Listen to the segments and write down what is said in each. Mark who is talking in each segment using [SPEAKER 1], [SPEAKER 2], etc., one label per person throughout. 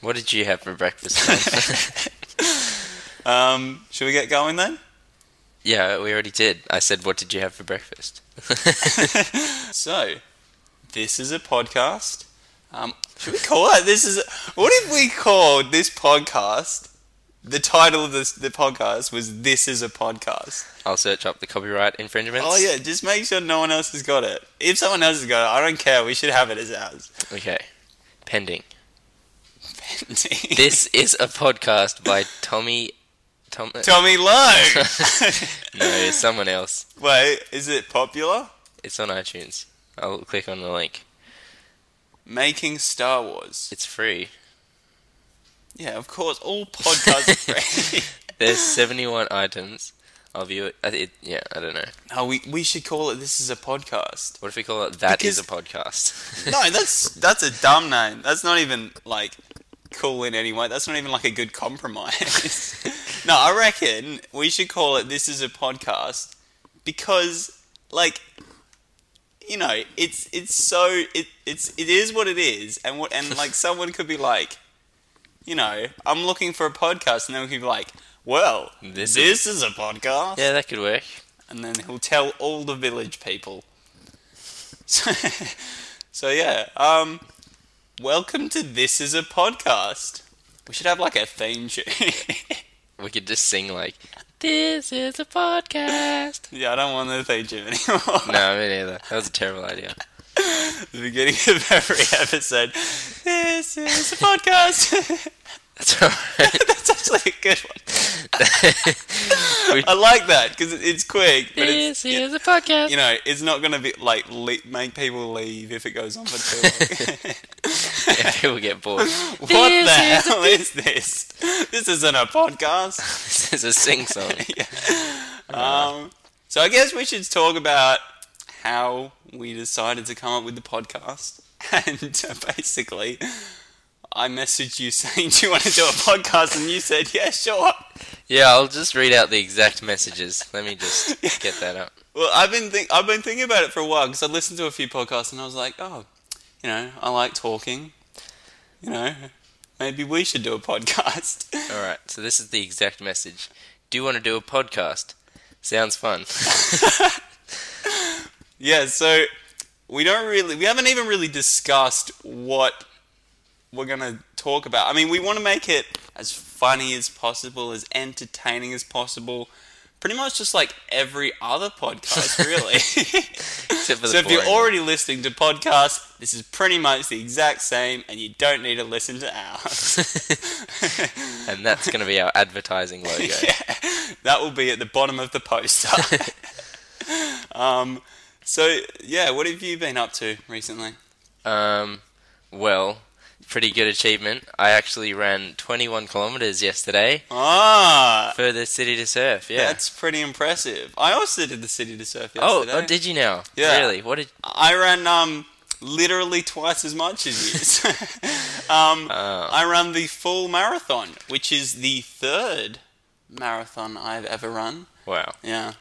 [SPEAKER 1] What did you have for breakfast?
[SPEAKER 2] Um, should we get going then?
[SPEAKER 1] yeah, we already did. I said, "What did you have for breakfast?"
[SPEAKER 2] So, this is a podcast. Um, should we call it? This is. What if we called this podcast? The title of this the podcast was "This is a podcast."
[SPEAKER 1] I'll search up the copyright infringements.
[SPEAKER 2] Oh yeah, just make sure no one else has got it. If someone else has got it, I don't care. We should have it as ours.
[SPEAKER 1] Okay. Pending. This is a podcast by Tommy. Tom.
[SPEAKER 2] Tommy Lowe.
[SPEAKER 1] no, someone else.
[SPEAKER 2] Wait, is it popular?
[SPEAKER 1] It's on iTunes. I'll click on the link.
[SPEAKER 2] Making Star Wars.
[SPEAKER 1] It's free.
[SPEAKER 2] Yeah, of course. All podcasts are free.
[SPEAKER 1] There's 71 items. I'll view it. I- it. Yeah, I don't know.
[SPEAKER 2] Oh, we we should call it. This is a podcast.
[SPEAKER 1] What if we call it "That is
[SPEAKER 2] Because-
[SPEAKER 1] a podcast?
[SPEAKER 2] No, that's that's a dumb name. That's not even like cool in any way. That's not even like a good compromise. no, I reckon we should call it "This is a podcast" because, like, you know, it's it's so it it's it is what it is, and what and like someone could be like, you know, I'm looking for a podcast, and then we could be like, well,
[SPEAKER 1] This
[SPEAKER 2] this,
[SPEAKER 1] is-
[SPEAKER 2] is, a podcast,
[SPEAKER 1] yeah, that could work.
[SPEAKER 2] and then he'll tell all the village people. So, so yeah, um, welcome to this is a podcast. We should have like a theme tune.
[SPEAKER 1] We could just sing like, "This is a podcast."
[SPEAKER 2] yeah, I don't want the theme tune anymore.
[SPEAKER 1] No, me neither. That was a terrible idea.
[SPEAKER 2] At the beginning of every episode. This is a podcast.
[SPEAKER 1] That's alright.
[SPEAKER 2] That's actually a good one.
[SPEAKER 1] We-
[SPEAKER 2] I like that because it's quick, but
[SPEAKER 1] this
[SPEAKER 2] it's you
[SPEAKER 1] is a podcast.
[SPEAKER 2] you know it's not gonna be like le- make people leave if it goes on for too long.
[SPEAKER 1] Yeah, people get bored.
[SPEAKER 2] What the
[SPEAKER 1] This is
[SPEAKER 2] hell is this? This isn't a podcast.
[SPEAKER 1] This is a sing song.
[SPEAKER 2] Um, so I guess we should talk about how we decided to come up with the podcast. And uh, basically, I messaged you saying, "Do you want to do a podcast?" And you said, "Yeah, sure."
[SPEAKER 1] Yeah, I'll just read out the exact messages. Let me just get that up.
[SPEAKER 2] Well, I've been think- I've been thinking about it for a while because I listened to a few podcasts and I was like, "Oh, you know, I like talking. You know, maybe we should do a podcast."
[SPEAKER 1] All right, so this is the exact message. Do you want to do a podcast? Sounds fun.
[SPEAKER 2] Yeah, so we don't really, we haven't even really discussed what we're going to talk about. I mean, we want to make it as funny as possible, as entertaining as possible. Pretty much just like every other podcast, really.
[SPEAKER 1] Except for the
[SPEAKER 2] so if you're
[SPEAKER 1] boring
[SPEAKER 2] already listening to podcasts, this is pretty much the exact same, and you don't need to listen to ours.
[SPEAKER 1] one. and that's going to be our advertising logo.
[SPEAKER 2] that will be at the bottom of the poster. um, so yeah, what have you been up to recently?
[SPEAKER 1] Um, well, pretty good achievement. I actually ran 21 kilometers yesterday
[SPEAKER 2] Ah,
[SPEAKER 1] for the city to surf. Yeah.
[SPEAKER 2] That's pretty impressive. I also did the city to surf yesterday.
[SPEAKER 1] oh, oh, did you now?
[SPEAKER 2] Yeah.
[SPEAKER 1] Really? What did?
[SPEAKER 2] I ran um literally twice as much as you. um,
[SPEAKER 1] uh,
[SPEAKER 2] I ran the full marathon, which is the third marathon I've ever run.
[SPEAKER 1] Wow.
[SPEAKER 2] Yeah.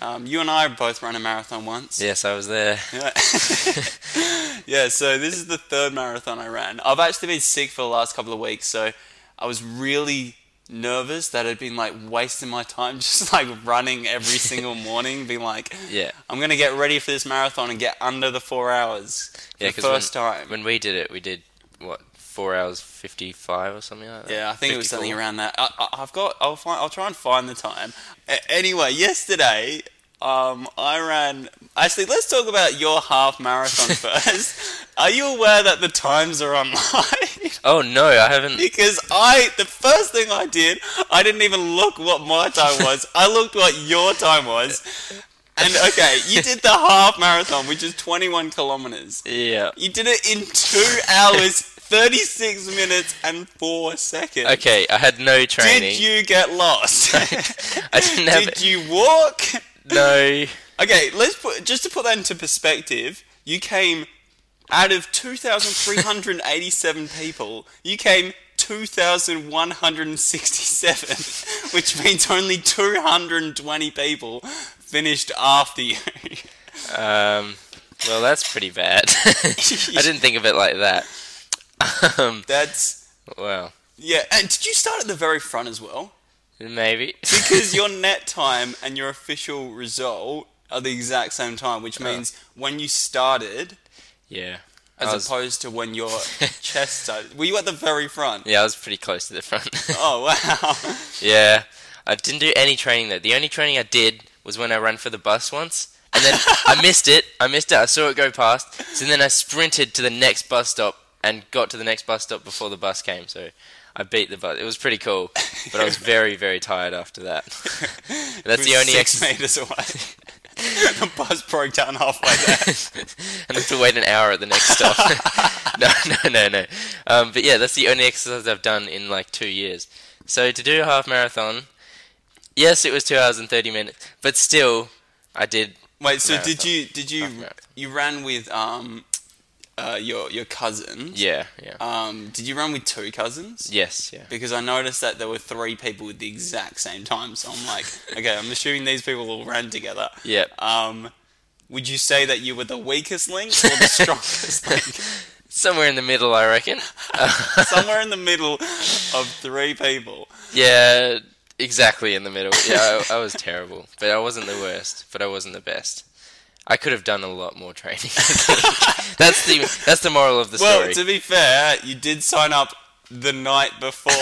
[SPEAKER 2] Um, you and I both ran a marathon once.
[SPEAKER 1] Yes, I was there.
[SPEAKER 2] Yeah. yeah, so this is the third marathon I ran. I've actually been sick for the last couple of weeks, so I was really nervous that I'd been like wasting my time just like running every single morning, being like,
[SPEAKER 1] Yeah.
[SPEAKER 2] I'm going to get ready for this marathon and get under the four hours for
[SPEAKER 1] Yeah,
[SPEAKER 2] the
[SPEAKER 1] 'cause
[SPEAKER 2] first
[SPEAKER 1] when,
[SPEAKER 2] time.
[SPEAKER 1] When we did it, we did what four hours fifty five or something like that.
[SPEAKER 2] Yeah, I think it was something
[SPEAKER 1] 54.
[SPEAKER 2] around that. I, I, I've got. I'll find. I'll try and find the time. A- anyway, yesterday, um, I ran. Actually, let's talk about your half marathon first. Are you aware that the times are online?
[SPEAKER 1] Oh no, I haven't.
[SPEAKER 2] because I, the first thing I did, I didn't even look what my time was. I looked what your time was. And okay, you did the half marathon, which is 21 kilometers.
[SPEAKER 1] Yeah.
[SPEAKER 2] You did it in two hours, 36 minutes, and four seconds.
[SPEAKER 1] Okay, I had no training.
[SPEAKER 2] Did you get lost?
[SPEAKER 1] I didn't have
[SPEAKER 2] Did you walk?
[SPEAKER 1] no.
[SPEAKER 2] Okay, let's put just to put that into perspective. You came out of 2,387 people. You came 2,167, which means only 220 people finished after you.
[SPEAKER 1] Um. Well, that's pretty bad. I didn't think of it like that. Um.
[SPEAKER 2] That's
[SPEAKER 1] Wow.
[SPEAKER 2] Yeah, and did you start at the very front as well?
[SPEAKER 1] Maybe.
[SPEAKER 2] Because your net time and your official result are the exact same time,
[SPEAKER 1] Uh.
[SPEAKER 2] which means when you started
[SPEAKER 1] yeah. I
[SPEAKER 2] as
[SPEAKER 1] was-
[SPEAKER 2] opposed to when your chess started. Were you at the very front?
[SPEAKER 1] yeah, I was pretty close to the front.
[SPEAKER 2] Oh wow!
[SPEAKER 1] yeah. I didn't do any training though. The only training I did was when I ran for the bus once. And then I missed it. I missed it. I saw it go past. So then I sprinted to the next bus stop and got to the next bus stop before the bus came. So I beat the bus. It was pretty cool. But I was very, very tired after that. That's the
[SPEAKER 2] It was
[SPEAKER 1] only
[SPEAKER 2] six
[SPEAKER 1] ex-
[SPEAKER 2] meters away. the bus broke down halfway there.
[SPEAKER 1] and have to wait an hour at the next stop. no, no, no, no. Um, but yeah, that's the only exercise I've done in like two years. So to do a half marathon, yes, it was two hours and thirty minutes, but still, I did.
[SPEAKER 2] Wait, so did
[SPEAKER 1] Marathon.
[SPEAKER 2] you did
[SPEAKER 1] Half
[SPEAKER 2] you
[SPEAKER 1] marathon.
[SPEAKER 2] you ran with um uh your your cousin?
[SPEAKER 1] Yeah, yeah,
[SPEAKER 2] Um, did you run with two cousins?
[SPEAKER 1] yes, yeah.
[SPEAKER 2] Because I noticed that there were three people with the exact same time, so I'm like, okay, I'm assuming these people all ran together.
[SPEAKER 1] Yeah.
[SPEAKER 2] Um, would you say that you were the weakest link or the strongest link?
[SPEAKER 1] Somewhere in the middle, I reckon.
[SPEAKER 2] Somewhere in the middle of three people.
[SPEAKER 1] Yeah, exactly in the middle. Yeah, I, I was terrible, but I wasn't the worst, but I wasn't the best. I could have done a lot more training. I think. that's the that's the moral of the
[SPEAKER 2] Well,
[SPEAKER 1] story.
[SPEAKER 2] to be fair, you did sign up the night before,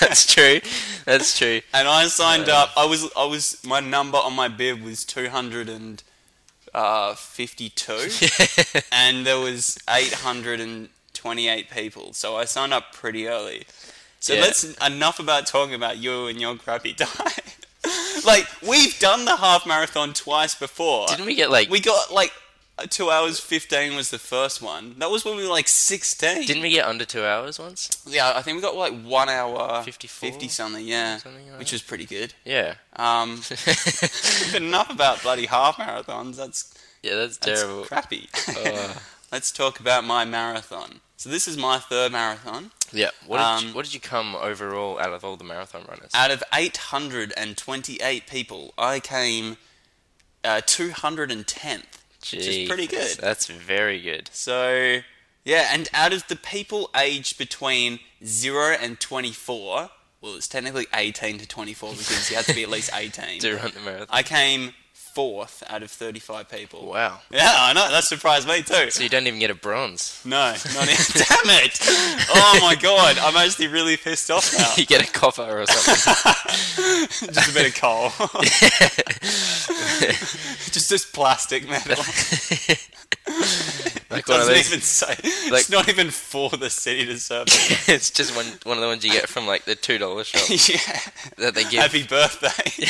[SPEAKER 1] that's true. That's true.
[SPEAKER 2] and I signed
[SPEAKER 1] Yeah.
[SPEAKER 2] up. I was, I was, my number on my bib was two hundred and uh, fifty-two, and there was eight hundred and twenty-eight people. So I signed up pretty early. So
[SPEAKER 1] Yeah.
[SPEAKER 2] let's enough about talking about you and your crappy diet. like we've done the half marathon twice before.
[SPEAKER 1] Didn't we get like?
[SPEAKER 2] we got like two hours fifteen was the first one. That was when we were like sixteen.
[SPEAKER 1] didn't we get under two hours once?
[SPEAKER 2] Yeah, I think we got like one hour
[SPEAKER 1] 54?
[SPEAKER 2] 50 something, yeah,
[SPEAKER 1] Something like
[SPEAKER 2] which
[SPEAKER 1] that.
[SPEAKER 2] was pretty good.
[SPEAKER 1] Yeah.
[SPEAKER 2] Um,
[SPEAKER 1] yeah,
[SPEAKER 2] but enough about bloody half marathons. That's,
[SPEAKER 1] that's
[SPEAKER 2] that's
[SPEAKER 1] terrible.
[SPEAKER 2] crappy.
[SPEAKER 1] Uh.
[SPEAKER 2] Let's talk about my marathon. So this is my third marathon.
[SPEAKER 1] yeah. What did
[SPEAKER 2] Um, Ah,
[SPEAKER 1] you, what did you come overall out of all the marathon runners?
[SPEAKER 2] Out of 828 people, I came uh, 210th.
[SPEAKER 1] Jeez,
[SPEAKER 2] is pretty good.
[SPEAKER 1] That's very good.
[SPEAKER 2] So, yeah, and out of the people aged between 0 and 24, well, it's technically 18 to 24 because you have to be at least 18.
[SPEAKER 1] To run the marathon.
[SPEAKER 2] I came fourth out of 35 people.
[SPEAKER 1] Wow.
[SPEAKER 2] Yeah, I know. That surprised me too.
[SPEAKER 1] So you don't even get a bronze.
[SPEAKER 2] No, not even. Damn it! Oh my god, I'm actually really pissed off now.
[SPEAKER 1] you get a copper or something.
[SPEAKER 2] Just a bit of coal. Just this plastic metal.
[SPEAKER 1] like one of
[SPEAKER 2] Doesn't
[SPEAKER 1] those.
[SPEAKER 2] even say.
[SPEAKER 1] like-
[SPEAKER 2] it's not even for the city to serve.
[SPEAKER 1] it's just one one of the ones you get from like the two dollar shop
[SPEAKER 2] yeah.
[SPEAKER 1] that they give.
[SPEAKER 2] Happy birthday.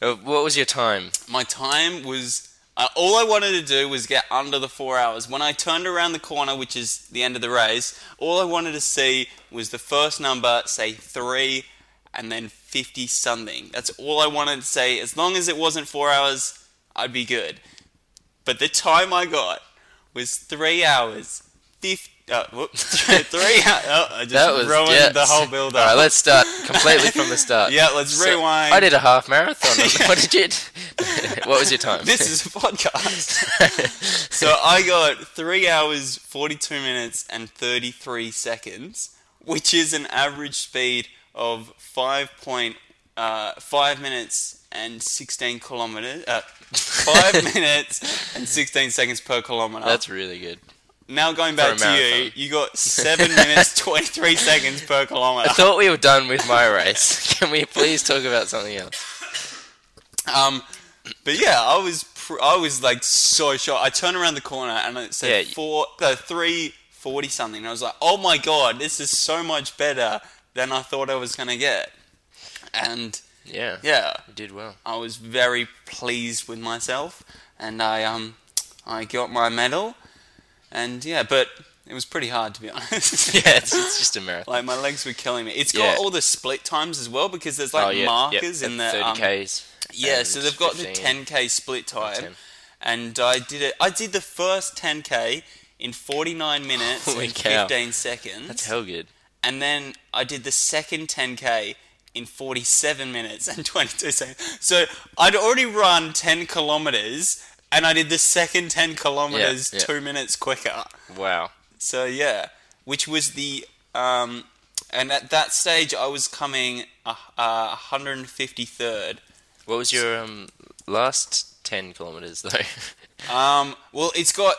[SPEAKER 1] Uh, what was your time?
[SPEAKER 2] my time was I all I wanted to do was get under the four hours. When I turned around the corner, which is the end of the race, all I wanted to see was the first number, say three, and then fifty something. That's all I wanted to say. As long as it wasn't four hours, I'd be good. But the time I got was three hours. 50, uh, whoop, three hours. Oh, I just
[SPEAKER 1] That was
[SPEAKER 2] ruined
[SPEAKER 1] yeah.
[SPEAKER 2] the whole build up.
[SPEAKER 1] All right, let's start completely from the start.
[SPEAKER 2] Yeah, let's
[SPEAKER 1] So,
[SPEAKER 2] rewind.
[SPEAKER 1] I did a half marathon.
[SPEAKER 2] Yeah.
[SPEAKER 1] What did you? what was your time?
[SPEAKER 2] this is a podcast. so I got three hours, 42 minutes, and 33 seconds, which is an average speed of five point uh, five minutes and 16 kilometers. Uh, five minutes and 16 seconds per kilometer.
[SPEAKER 1] That's really good.
[SPEAKER 2] now going back
[SPEAKER 1] for a
[SPEAKER 2] to you,
[SPEAKER 1] marathon.
[SPEAKER 2] you got seven minutes, 23 seconds per kilometer.
[SPEAKER 1] I thought we were done with my race. Can we please talk about something else?
[SPEAKER 2] Um, but yeah, I was pr- I was like so shocked. I turned around the corner and it said
[SPEAKER 1] Yeah.
[SPEAKER 2] four, uh, three forty something. And I was like, oh my god, this is so much better than I thought I was gonna get. And
[SPEAKER 1] Yeah.
[SPEAKER 2] yeah,
[SPEAKER 1] You did well.
[SPEAKER 2] I was very pleased with myself, and I um, I got my medal, and yeah, but it was pretty hard to be honest.
[SPEAKER 1] Yeah, it's, it's just a marathon.
[SPEAKER 2] Like my legs were killing me. It's got
[SPEAKER 1] Yeah.
[SPEAKER 2] all the split times as well because there's like
[SPEAKER 1] oh, yeah,
[SPEAKER 2] markers
[SPEAKER 1] yeah,
[SPEAKER 2] in the
[SPEAKER 1] at
[SPEAKER 2] um,
[SPEAKER 1] 30Ks.
[SPEAKER 2] yeah,
[SPEAKER 1] and
[SPEAKER 2] so they've got
[SPEAKER 1] 15.
[SPEAKER 2] the 10k split time,
[SPEAKER 1] 10.
[SPEAKER 2] and I did it. I did the first 10k in 49 minutes
[SPEAKER 1] Holy
[SPEAKER 2] and
[SPEAKER 1] cow.
[SPEAKER 2] 15 seconds,
[SPEAKER 1] That's hell good.
[SPEAKER 2] and then I did the second 10k in 47 minutes and 22 seconds. So I'd already run 10 kilometers, and I did the second 10 kilometers
[SPEAKER 1] yeah.
[SPEAKER 2] two minutes quicker.
[SPEAKER 1] Wow.
[SPEAKER 2] So yeah, which was the um, and at that stage I was coming uh, uh, 153rd.
[SPEAKER 1] What was your um, last 10 kilometers, though?
[SPEAKER 2] Um, well, it's got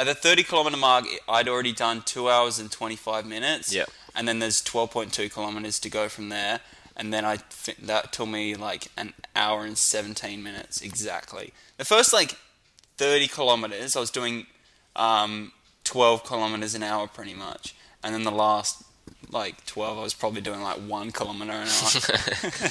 [SPEAKER 2] at the 30 kilometer mark. I'd already done two hours and 25 minutes.
[SPEAKER 1] Yep.
[SPEAKER 2] And then there's 12.2 kilometers to go from there. And then I fi- that took me like an hour and 17 minutes exactly. The first like 30 kilometers, I was doing um, 12 kilometers an hour pretty much. And then the last like 12, I was probably doing like one kilometer an hour.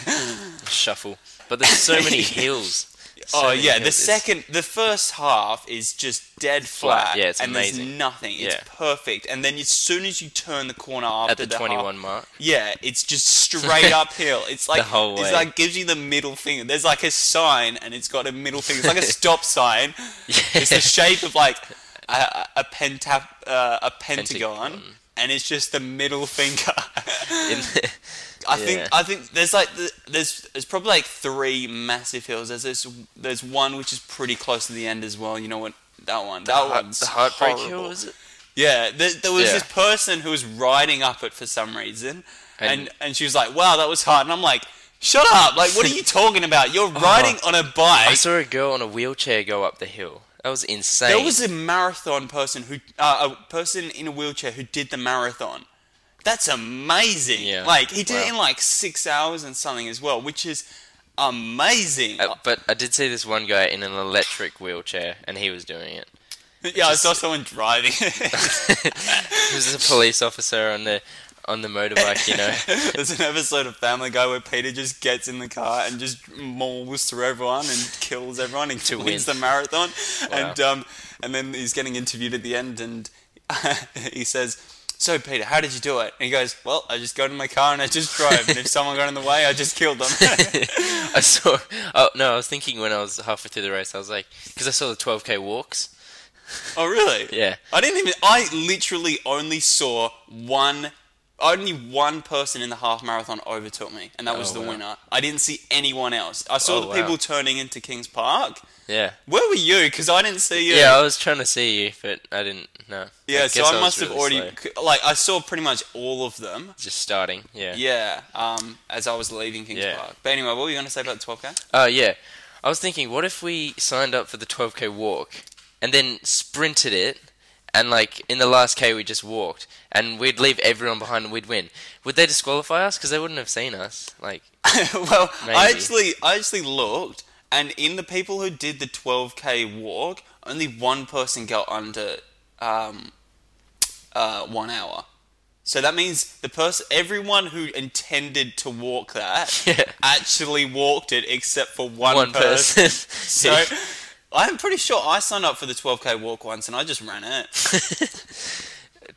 [SPEAKER 1] Shuffle. But there's so many hills. So
[SPEAKER 2] oh
[SPEAKER 1] many
[SPEAKER 2] yeah,
[SPEAKER 1] hills.
[SPEAKER 2] the
[SPEAKER 1] It's-
[SPEAKER 2] second, the first half is just dead flat.
[SPEAKER 1] Yeah, it's
[SPEAKER 2] and
[SPEAKER 1] amazing.
[SPEAKER 2] there's nothing. It's
[SPEAKER 1] Yeah.
[SPEAKER 2] perfect. And then as soon as you turn the corner after
[SPEAKER 1] At the
[SPEAKER 2] half-
[SPEAKER 1] 21 mark.
[SPEAKER 2] yeah, it's just straight uphill. It's like
[SPEAKER 1] whole way.
[SPEAKER 2] it's like gives you the middle finger. There's like a sign, and it's got a middle finger. It's like a stop sign. It's the shape of like a, a- a pentap, uh, a pentagon,
[SPEAKER 1] Pentagon.
[SPEAKER 2] and it's just the middle finger.
[SPEAKER 1] In the-
[SPEAKER 2] I
[SPEAKER 1] Yeah.
[SPEAKER 2] think I think there's like th- there's there's probably like three massive hills. There's this there's one which is pretty close to the end as well. You know what that one that
[SPEAKER 1] heart-
[SPEAKER 2] one's
[SPEAKER 1] the heartbreak
[SPEAKER 2] horrible.
[SPEAKER 1] hill, is it?
[SPEAKER 2] Yeah, there, there was
[SPEAKER 1] Yeah.
[SPEAKER 2] this person who was riding up it for some reason, and,
[SPEAKER 1] And-
[SPEAKER 2] and she was like, "Wow, that was hard," and I'm like. Shut up! Like, what are you talking about?
[SPEAKER 1] Uh-huh.
[SPEAKER 2] You're riding on a
[SPEAKER 1] I
[SPEAKER 2] bike.
[SPEAKER 1] saw a girl on a wheelchair go up the hill. That was insane.
[SPEAKER 2] There was a marathon person who, uh, a person in a wheelchair who did the marathon. That's amazing.
[SPEAKER 1] Yeah.
[SPEAKER 2] Like he did it
[SPEAKER 1] Wow.
[SPEAKER 2] in like six hours and something as well, which is amazing.
[SPEAKER 1] Uh, but I did see this one guy in an electric wheelchair, and he was doing it.
[SPEAKER 2] yeah, I saw someone driving.
[SPEAKER 1] He was a police officer on the on the motorbike, you know.
[SPEAKER 2] There's an episode of Family Guy where Peter just gets in the car and just mauls through everyone and kills everyone and
[SPEAKER 1] To
[SPEAKER 2] wins
[SPEAKER 1] win.
[SPEAKER 2] the marathon.
[SPEAKER 1] Wow.
[SPEAKER 2] And um, and then he's getting interviewed at the end, and he says. So Peter, how did you do it? And he goes, "Well, I just got in my car and I just drove, and if someone got in the way, I just killed them."
[SPEAKER 1] I saw. Oh no, I was thinking when I was halfway through the race, I was like, because I saw the 12k walks.
[SPEAKER 2] oh, really?
[SPEAKER 1] Yeah.
[SPEAKER 2] I didn't even. I literally only saw one. Only one person in the half marathon overtook me, and that was
[SPEAKER 1] Oh,
[SPEAKER 2] the
[SPEAKER 1] wow.
[SPEAKER 2] winner. I didn't see anyone else. I saw
[SPEAKER 1] Oh,
[SPEAKER 2] the
[SPEAKER 1] wow.
[SPEAKER 2] people turning into Kings Park.
[SPEAKER 1] Yeah.
[SPEAKER 2] Where were you? Because I didn't see you.
[SPEAKER 1] yeah, I was trying to see you, but I didn't. No.
[SPEAKER 2] Yeah, so
[SPEAKER 1] guess
[SPEAKER 2] I,
[SPEAKER 1] was
[SPEAKER 2] must have
[SPEAKER 1] really
[SPEAKER 2] already
[SPEAKER 1] slow.
[SPEAKER 2] like I saw pretty much all of them.
[SPEAKER 1] just starting. Yeah.
[SPEAKER 2] Yeah, um, as I was leaving Kings
[SPEAKER 1] Yeah.
[SPEAKER 2] Park. But anyway, what were you going to say about the 12k?
[SPEAKER 1] Oh yeah. I was thinking, what if we signed up for the 12k walk and then sprinted it, and like in the last k we just walked, and we'd leave everyone behind and we'd win. Would they disqualify us? Because they wouldn't have seen us. Like,
[SPEAKER 2] well, I
[SPEAKER 1] Maybe.
[SPEAKER 2] actually I actually looked, and in the people who did the 12k walk, only one person got under um, uh, one hour. So that means the person, everyone who intended to walk that,
[SPEAKER 1] Yeah.
[SPEAKER 2] actually walked it, except for one,
[SPEAKER 1] one
[SPEAKER 2] person.
[SPEAKER 1] person.
[SPEAKER 2] So I'm pretty sure I signed up for the 12k walk once and I just ran it.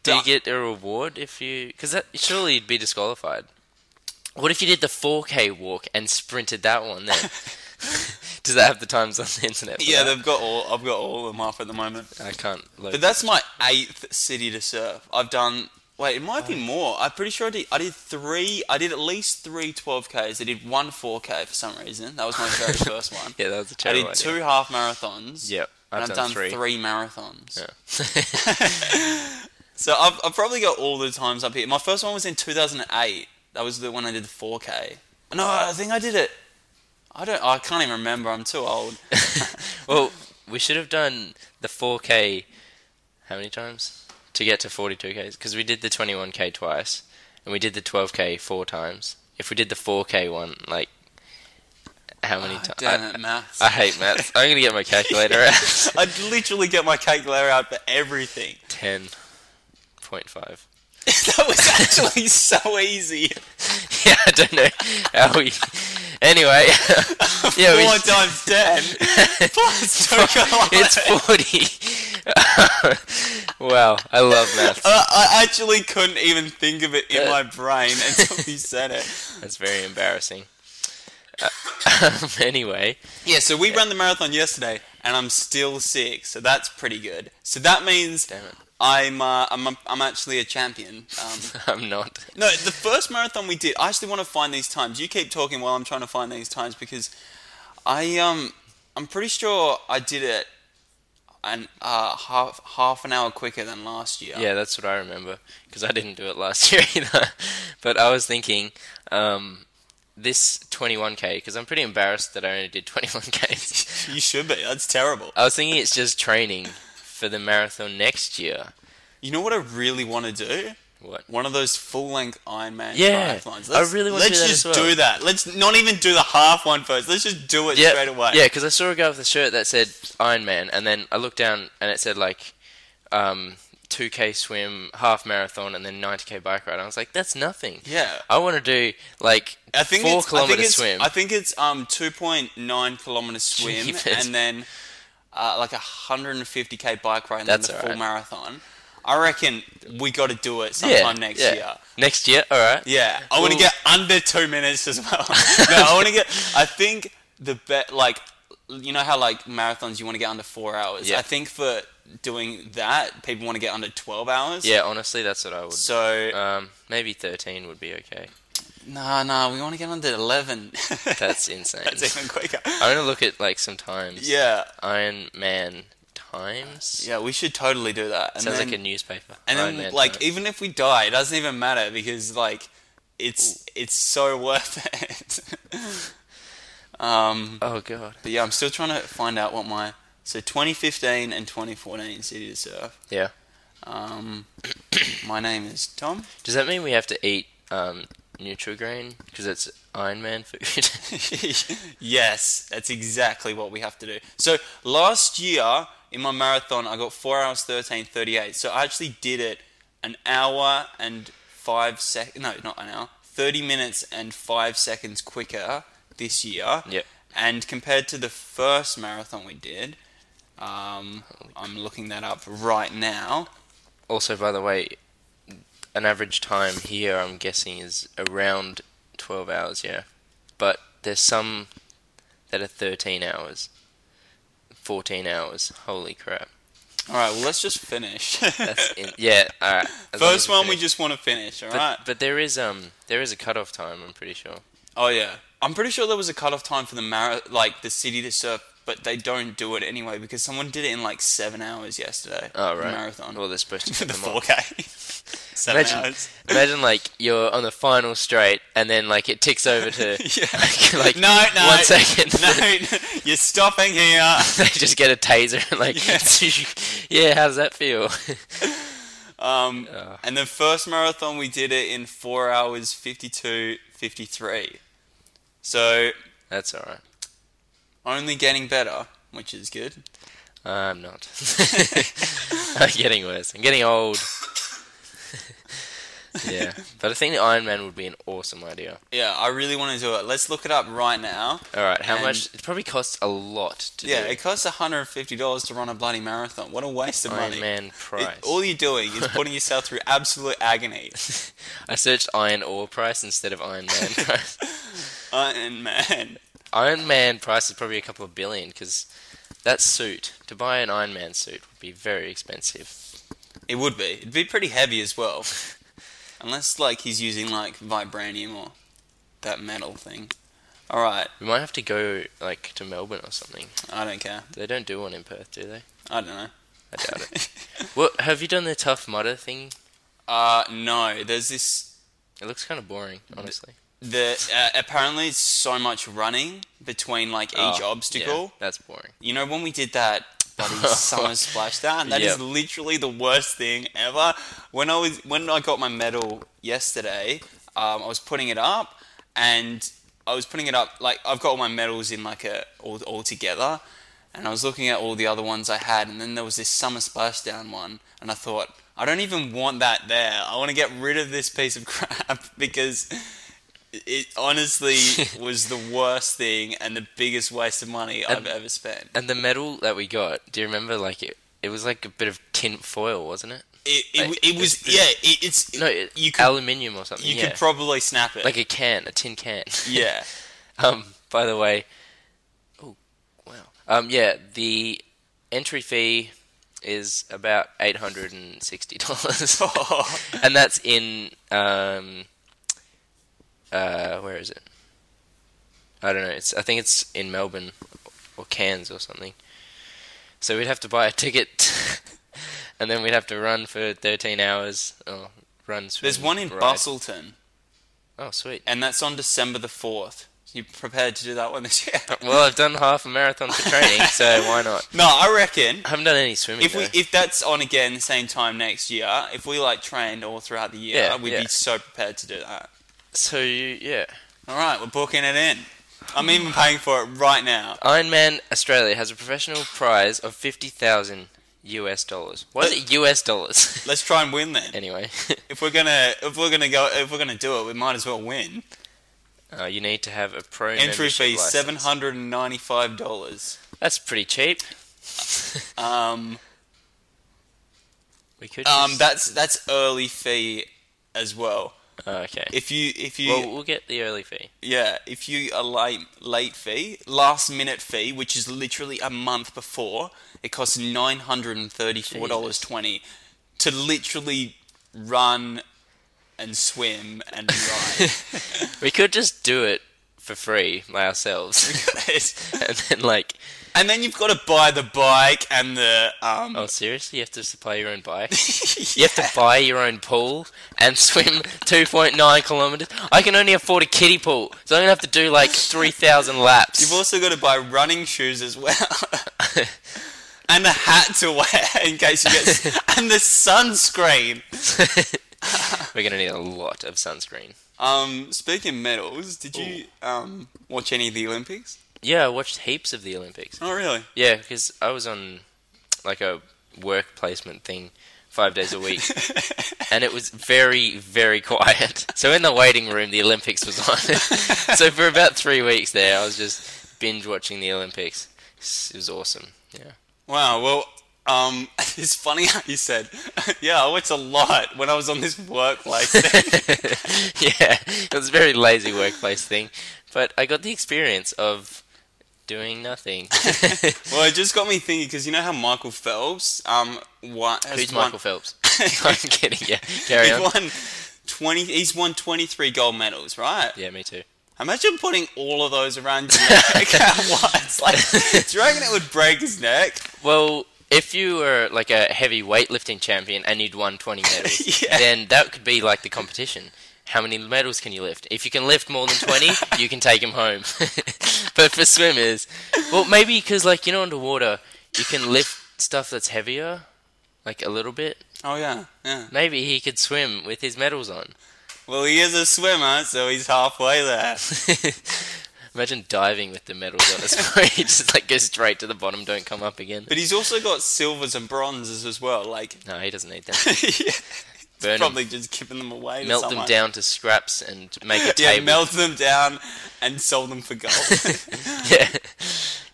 [SPEAKER 1] Do you get a reward if you? Because that surely you'd be disqualified. What if you did the 4K walk and sprinted that one then? Does that have the times on the internet? for
[SPEAKER 2] yeah,
[SPEAKER 1] that?
[SPEAKER 2] they've got all. I've got all of them up at the moment.
[SPEAKER 1] I can't. Look.
[SPEAKER 2] But that's my eighth city to surf. I've done. Wait, it might be more. I'm pretty sure I did. I did three. I did at least three 12ks. I did one 4k for some reason. That was my very first one.
[SPEAKER 1] yeah, that was a
[SPEAKER 2] I
[SPEAKER 1] terrible
[SPEAKER 2] did two half marathons.
[SPEAKER 1] Yep,
[SPEAKER 2] and I've, done, three. marathons.
[SPEAKER 1] idea. Yeah.
[SPEAKER 2] So I've, I've probably got all the times up here. My first one was in 2008. That was the one I did the 4K. No, I think I did it. I don't. I can't even remember. I'm too old.
[SPEAKER 1] well, we should have done the 4K. How many times to get to 42Ks? Because we did the 21K twice, and we did the 12K four times. If we did the 4K one, like how many times?
[SPEAKER 2] Ah, Damn it, maths.
[SPEAKER 1] I hate maths. I'm gonna get my calculator out.
[SPEAKER 2] I literally get my calculator out for everything.
[SPEAKER 1] Ten point five.
[SPEAKER 2] that was actually so easy.
[SPEAKER 1] Yeah, I don't know how we. Anyway, yeah,
[SPEAKER 2] Four
[SPEAKER 1] we,
[SPEAKER 2] times ten plus two kilometers.
[SPEAKER 1] it's forty. wow, I love maths.
[SPEAKER 2] I, I actually couldn't even think of it in
[SPEAKER 1] Yeah.
[SPEAKER 2] my brain until you said it.
[SPEAKER 1] That's very embarrassing. Uh, anyway,
[SPEAKER 2] Yeah, so we ran the marathon yesterday, and I'm still sick, so that's pretty good. So that means
[SPEAKER 1] Damn it.
[SPEAKER 2] I'm uh, I'm a, I'm actually a champion. Um,
[SPEAKER 1] I'm not.
[SPEAKER 2] no, the first marathon we did, I actually want to find these times. You keep talking while I'm trying to find these times because I um I'm pretty sure I did it. an uh, half half an hour quicker than last year.
[SPEAKER 1] Yeah, that's what I remember because I didn't do it last year either. but I was thinking um, this 21k because I'm pretty embarrassed that I only did 21k.
[SPEAKER 2] You should be. That's terrible.
[SPEAKER 1] I was thinking it's just training for the marathon next year.
[SPEAKER 2] You know what I really want to do?
[SPEAKER 1] What?
[SPEAKER 2] One of those full length Ironman
[SPEAKER 1] Yeah,
[SPEAKER 2] triathlons.
[SPEAKER 1] I really want to
[SPEAKER 2] Let's
[SPEAKER 1] do that
[SPEAKER 2] just
[SPEAKER 1] as well.
[SPEAKER 2] do that. Let's not even do the half one first. Let's just do it
[SPEAKER 1] Yeah,
[SPEAKER 2] straight away.
[SPEAKER 1] Yeah, because I saw a guy with a shirt that said Iron Man, and then I looked down and it said like um, 2k swim, half marathon, and then 90k bike ride. I was like, that's nothing.
[SPEAKER 2] Yeah.
[SPEAKER 1] I want to do like
[SPEAKER 2] I think
[SPEAKER 1] four
[SPEAKER 2] it's,
[SPEAKER 1] kilometer
[SPEAKER 2] I think it's,
[SPEAKER 1] swim.
[SPEAKER 2] I think it's um two point nine kilometer swim
[SPEAKER 1] Jeepers.
[SPEAKER 2] and then uh, like a hundred and fifty k bike ride and
[SPEAKER 1] That's
[SPEAKER 2] then the
[SPEAKER 1] all
[SPEAKER 2] full
[SPEAKER 1] right.
[SPEAKER 2] marathon. I reckon we got to do it
[SPEAKER 1] yeah,
[SPEAKER 2] sometime next
[SPEAKER 1] yeah.
[SPEAKER 2] year.
[SPEAKER 1] Next year, all right.
[SPEAKER 2] Yeah, I want to
[SPEAKER 1] Ooh.
[SPEAKER 2] get under two minutes as well. no, I want to get. I think the bet like you know how like marathons you want to get under four hours.
[SPEAKER 1] Yeah.
[SPEAKER 2] I think for doing that, people want to get under twelve hours.
[SPEAKER 1] Yeah, honestly, that's what I would.
[SPEAKER 2] So
[SPEAKER 1] um, maybe 13 would be okay.
[SPEAKER 2] nah, nah, we want to get under eleven.
[SPEAKER 1] That's insane. Uh,
[SPEAKER 2] That's even quicker.
[SPEAKER 1] I want to look at like some times.
[SPEAKER 2] Yeah,
[SPEAKER 1] Iron Man times.
[SPEAKER 2] yeah, we should totally do that. And
[SPEAKER 1] Sounds
[SPEAKER 2] then,
[SPEAKER 1] like a newspaper.
[SPEAKER 2] and
[SPEAKER 1] Iron
[SPEAKER 2] then
[SPEAKER 1] Man
[SPEAKER 2] like
[SPEAKER 1] times.
[SPEAKER 2] even if we die, it doesn't even matter because like it's it's so worth it. um.
[SPEAKER 1] oh god.
[SPEAKER 2] But yeah, I'm still trying to find out what my so 2015 and 2014 city to surf.
[SPEAKER 1] Yeah.
[SPEAKER 2] Um, my name is Tom.
[SPEAKER 1] Does that mean we have to eat um, Nutrigrain because it's Iron Man food?
[SPEAKER 2] yes, that's exactly what we have to do. So last year in my marathon, I got four hours 13:38. So I actually did it an hour and five sec. No, not an hour. 30 minutes and five seconds quicker this year.
[SPEAKER 1] Yep.
[SPEAKER 2] And compared to the first marathon we did, um, I'm looking that up right now.
[SPEAKER 1] also, by the way, an average time here, I'm guessing, is around 12 hours. Yeah, but there's some that are 13 hours, 14 hours. Holy crap!
[SPEAKER 2] All right, well, let's just finish.
[SPEAKER 1] That's in- yeah. All right. as long as
[SPEAKER 2] First one we
[SPEAKER 1] finish.
[SPEAKER 2] just want to finish, all
[SPEAKER 1] But,
[SPEAKER 2] right?
[SPEAKER 1] but there is um there is a cutoff time. I'm pretty sure.
[SPEAKER 2] Oh yeah, I'm pretty sure there was a cutoff time for the mar- like the city to surf, but they don't do it anyway because someone did it in like seven hours yesterday.
[SPEAKER 1] Oh
[SPEAKER 2] the
[SPEAKER 1] right.
[SPEAKER 2] marathon.
[SPEAKER 1] Well, they're supposed to
[SPEAKER 2] the
[SPEAKER 1] cut them off.
[SPEAKER 2] four k. seven
[SPEAKER 1] Imagine,
[SPEAKER 2] hours.
[SPEAKER 1] imagine like you're on the final straight, and then like it ticks over to
[SPEAKER 2] Yeah.
[SPEAKER 1] like
[SPEAKER 2] no, no.
[SPEAKER 1] one second.
[SPEAKER 2] No, you're stopping here.
[SPEAKER 1] they just get a taser and like yeah, how does that feel?
[SPEAKER 2] Um,
[SPEAKER 1] Ugh.
[SPEAKER 2] and the first marathon we did it in four hours fifty two fifty three. So
[SPEAKER 1] That's all right.
[SPEAKER 2] only getting better, which is good.
[SPEAKER 1] I'm not. I'm getting worse. I'm getting old. yeah, but I think the Iron Man would be an awesome idea.
[SPEAKER 2] Yeah, I really want to do it. Let's look it up right now.
[SPEAKER 1] All right, how
[SPEAKER 2] And-
[SPEAKER 1] much? It probably costs a lot to
[SPEAKER 2] Yeah,
[SPEAKER 1] do.
[SPEAKER 2] it costs $150 to run a bloody marathon. What a waste of
[SPEAKER 1] Iron
[SPEAKER 2] money.
[SPEAKER 1] Oh, Man
[SPEAKER 2] It-
[SPEAKER 1] price.
[SPEAKER 2] all you're doing is putting yourself through absolute agony.
[SPEAKER 1] I searched Iron Ore price instead of Iron Man price.
[SPEAKER 2] Iron Uh, Man.
[SPEAKER 1] Iron Man price is probably a couple of billion because that suit to buy an Iron Man suit would be very expensive.
[SPEAKER 2] It would be. It'd be pretty heavy as well. Unless, like, he's using, like, vibranium or that metal thing. Alright,
[SPEAKER 1] We might have to go like to Melbourne or something.
[SPEAKER 2] I don't care.
[SPEAKER 1] They don't do one in Perth, do they?
[SPEAKER 2] I don't know.
[SPEAKER 1] I doubt it. Well, have you done the tough mudder thing?
[SPEAKER 2] uh, no, there's this
[SPEAKER 1] It looks kind of boring, honestly.
[SPEAKER 2] the uh, apparently it's so much running between like each
[SPEAKER 1] Oh,
[SPEAKER 2] E obstacle
[SPEAKER 1] yeah, that's boring.
[SPEAKER 2] You know when we did that bloody summer splashdown? That
[SPEAKER 1] Yep.
[SPEAKER 2] is literally the worst thing ever. When I was when I got my medal yesterday, um, I was putting it up, and I was putting it up like I've got all my medals in like a all, all together, and I was looking at all the other ones I had, and then there was this summer splashdown one, and I thought I don't even want that there. I want to get rid of this piece of crap because. It honestly was the worst thing and the biggest waste of money I've
[SPEAKER 1] And-
[SPEAKER 2] ever spent.
[SPEAKER 1] And the medal that we got, do you remember? Like it, it was like a bit of tin foil, wasn't it?
[SPEAKER 2] It,
[SPEAKER 1] Like,
[SPEAKER 2] it, it was
[SPEAKER 1] it's-
[SPEAKER 2] yeah. It, it's
[SPEAKER 1] No, it,
[SPEAKER 2] you could
[SPEAKER 1] aluminium or something.
[SPEAKER 2] you
[SPEAKER 1] yeah,
[SPEAKER 2] could probably snap it.
[SPEAKER 1] like a can, a tin can.
[SPEAKER 2] yeah,
[SPEAKER 1] Um, by the way, oh wow. Um, yeah, the entry fee is about eight hundred and sixty dollars, and that's in um, uh, where is it? I don't know. It's I think it's in Melbourne or Cairns or something. So we'd have to buy a ticket, and then we'd have to run for 13 hours. Oh, run. swim,
[SPEAKER 2] There's one in
[SPEAKER 1] ride.
[SPEAKER 2] Bustleton,
[SPEAKER 1] Oh, sweet.
[SPEAKER 2] and that's on December the 4th. You prepared to do that one this year?
[SPEAKER 1] Well, I've done half a marathon for training, so why not?
[SPEAKER 2] no, I reckon
[SPEAKER 1] I haven't done any swimming.
[SPEAKER 2] if we
[SPEAKER 1] though.
[SPEAKER 2] if that's on again the same time next year, if we like trained all throughout the year,
[SPEAKER 1] Yeah,
[SPEAKER 2] we'd
[SPEAKER 1] yeah.
[SPEAKER 2] be so prepared to do that.
[SPEAKER 1] so you, yeah.
[SPEAKER 2] All right, we're booking it in. I'm even paying for it right now.
[SPEAKER 1] Ironman Australia has a professional prize of 50,000 US dollars. Why
[SPEAKER 2] Uh,
[SPEAKER 1] is it US dollars?
[SPEAKER 2] Let's try and win then.
[SPEAKER 1] anyway,
[SPEAKER 2] If we're gonna if we're gonna go if we're gonna do it, we might as well win.
[SPEAKER 1] uh, you need to have a pro
[SPEAKER 2] Entry
[SPEAKER 1] membership
[SPEAKER 2] fee
[SPEAKER 1] license.
[SPEAKER 2] seven hundred and ninety five dollars.
[SPEAKER 1] That's pretty cheap.
[SPEAKER 2] Um,
[SPEAKER 1] We could.
[SPEAKER 2] um,
[SPEAKER 1] just-
[SPEAKER 2] that's that's early fee as well.
[SPEAKER 1] oh, okay.
[SPEAKER 2] If you if you
[SPEAKER 1] Well, we'll get the early fee.
[SPEAKER 2] Yeah, if you are late, late fee, last minute fee, which is literally a month before, it costs nine hundred and thirty-four dollars twenty to literally run and swim and ride.
[SPEAKER 1] We could just do it for free by ourselves, and then like,
[SPEAKER 2] and then you've got to buy the bike and the um.
[SPEAKER 1] oh, seriously, you have to supply your own bike. You have to buy your own pool and swim 2.9 kilometers. I can only afford a kiddie pool, so I'm gonna have to do like 3,000 laps.
[SPEAKER 2] You've also got to buy running shoes as well. And a hat to wear in case you get, s- and the sunscreen.
[SPEAKER 1] We're gonna need a lot of sunscreen.
[SPEAKER 2] Um, speaking of medals, did you um watch any of the Olympics?
[SPEAKER 1] Yeah, I watched heaps of the Olympics.
[SPEAKER 2] Not really.
[SPEAKER 1] Yeah, because I was on like a work placement thing five days a week, and it was very, very quiet. So in the waiting room, the Olympics was on. so for about three weeks there, I was just binge watching the Olympics. S- It was awesome. Yeah.
[SPEAKER 2] Wow. Well, um, it's funny how you said, yeah, I watched a lot when I was on this workplace.
[SPEAKER 1] yeah, it was a very lazy workplace thing, but I got the experience of doing nothing.
[SPEAKER 2] well, it just got me thinking because you know how Michael Phelps, um, won, has
[SPEAKER 1] Who's
[SPEAKER 2] won,
[SPEAKER 1] Michael Phelps? I'm kidding. Yeah, carry
[SPEAKER 2] he's
[SPEAKER 1] on.
[SPEAKER 2] won twenty. He's won twenty three gold medals, right?
[SPEAKER 1] Yeah, me too.
[SPEAKER 2] Imagine putting all of those around your neck at once. Like, do you reckon it would break his neck?
[SPEAKER 1] Well, if you were like a heavy weightlifting champion and you'd won 20 medals,
[SPEAKER 2] Yeah.
[SPEAKER 1] then that could be like the competition. How many medals can you lift? If you can lift more than 20, you can take them home. but for swimmers, well, maybe because like you know underwater, you can lift stuff that's heavier, like a little bit.
[SPEAKER 2] Oh yeah, yeah.
[SPEAKER 1] Maybe he could swim with his medals on.
[SPEAKER 2] Well, he is a swimmer, so he's halfway there.
[SPEAKER 1] Imagine diving with the medals on as well. he just like goes straight to the bottom, don't come up again.
[SPEAKER 2] But he's also got silvers and bronzes as well. Like,
[SPEAKER 1] No, he doesn't need them.
[SPEAKER 2] yeah.
[SPEAKER 1] Burn 'em.
[SPEAKER 2] probably just giving them away. to
[SPEAKER 1] melt
[SPEAKER 2] someone.
[SPEAKER 1] them down to scraps and make a
[SPEAKER 2] Yeah,
[SPEAKER 1] table.
[SPEAKER 2] melt them down and sell them for gold.
[SPEAKER 1] yeah,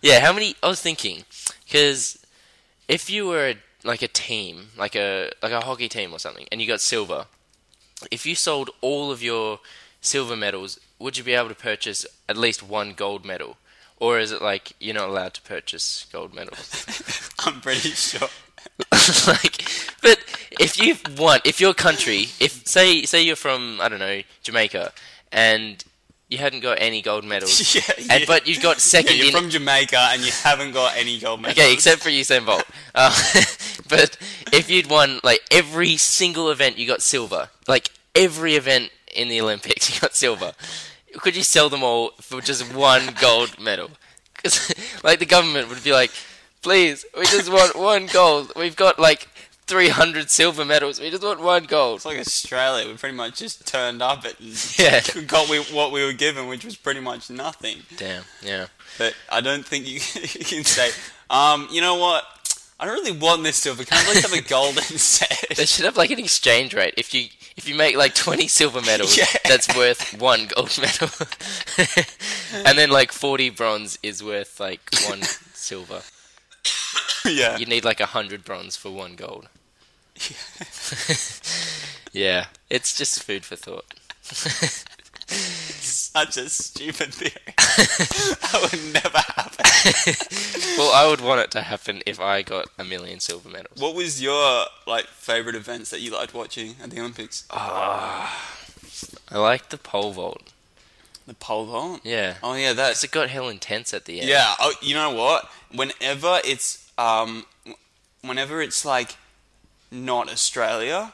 [SPEAKER 1] yeah. How many? I was thinking, because if you were like a team, like a like a hockey team or something, and you got silver, if you sold all of your silver medals, would you be able to purchase at least one gold medal? Or is it like you're not allowed to purchase gold medals?
[SPEAKER 2] I'm pretty sure.
[SPEAKER 1] like, but if you want, if your country, if say say you're from I don't know Jamaica, and you hadn't got any gold medals,
[SPEAKER 2] Yeah,
[SPEAKER 1] and
[SPEAKER 2] yeah.
[SPEAKER 1] but you got
[SPEAKER 2] Yeah,
[SPEAKER 1] second
[SPEAKER 2] you're
[SPEAKER 1] in
[SPEAKER 2] from Jamaica and you haven't got any gold medals.
[SPEAKER 1] Okay, except for Usain Bolt. Um, but if you'd won like every single event, you got silver. Like every event in the Olympics, you got silver. Could you sell them all for just one gold medal? 'Cause, like the government would be like, please, we just want one gold. We've got like 300 silver medals. We just want one gold.
[SPEAKER 2] It's like Australia. We pretty much just turned up and
[SPEAKER 1] Yeah.
[SPEAKER 2] got we, what we were given, which was pretty much nothing.
[SPEAKER 1] Damn. Yeah.
[SPEAKER 2] But I don't think you, you can say, um, you know what? I don't really want this silver. Can I please have a gold
[SPEAKER 1] They
[SPEAKER 2] instead?
[SPEAKER 1] should have like an exchange rate. If you if you make like twenty silver medals,
[SPEAKER 2] Yeah.
[SPEAKER 1] that's worth one gold medal, and then like forty bronze is worth like one silver.
[SPEAKER 2] yeah.
[SPEAKER 1] You need like a hundred bronze for one gold. yeah, it's just food for thought.
[SPEAKER 2] Such a stupid theory. that would never happen.
[SPEAKER 1] Well, I would want it to happen if I got a million silver medals.
[SPEAKER 2] What was your like favorite events that you liked watching at the Olympics?
[SPEAKER 1] Uh, I like the pole vault.
[SPEAKER 2] The pole vault.
[SPEAKER 1] Yeah,
[SPEAKER 2] Oh yeah, that's
[SPEAKER 1] 'Cause it got hell intense at the end.
[SPEAKER 2] yeah. Oh, you know what? Whenever it's um, w- whenever it's like not Australia,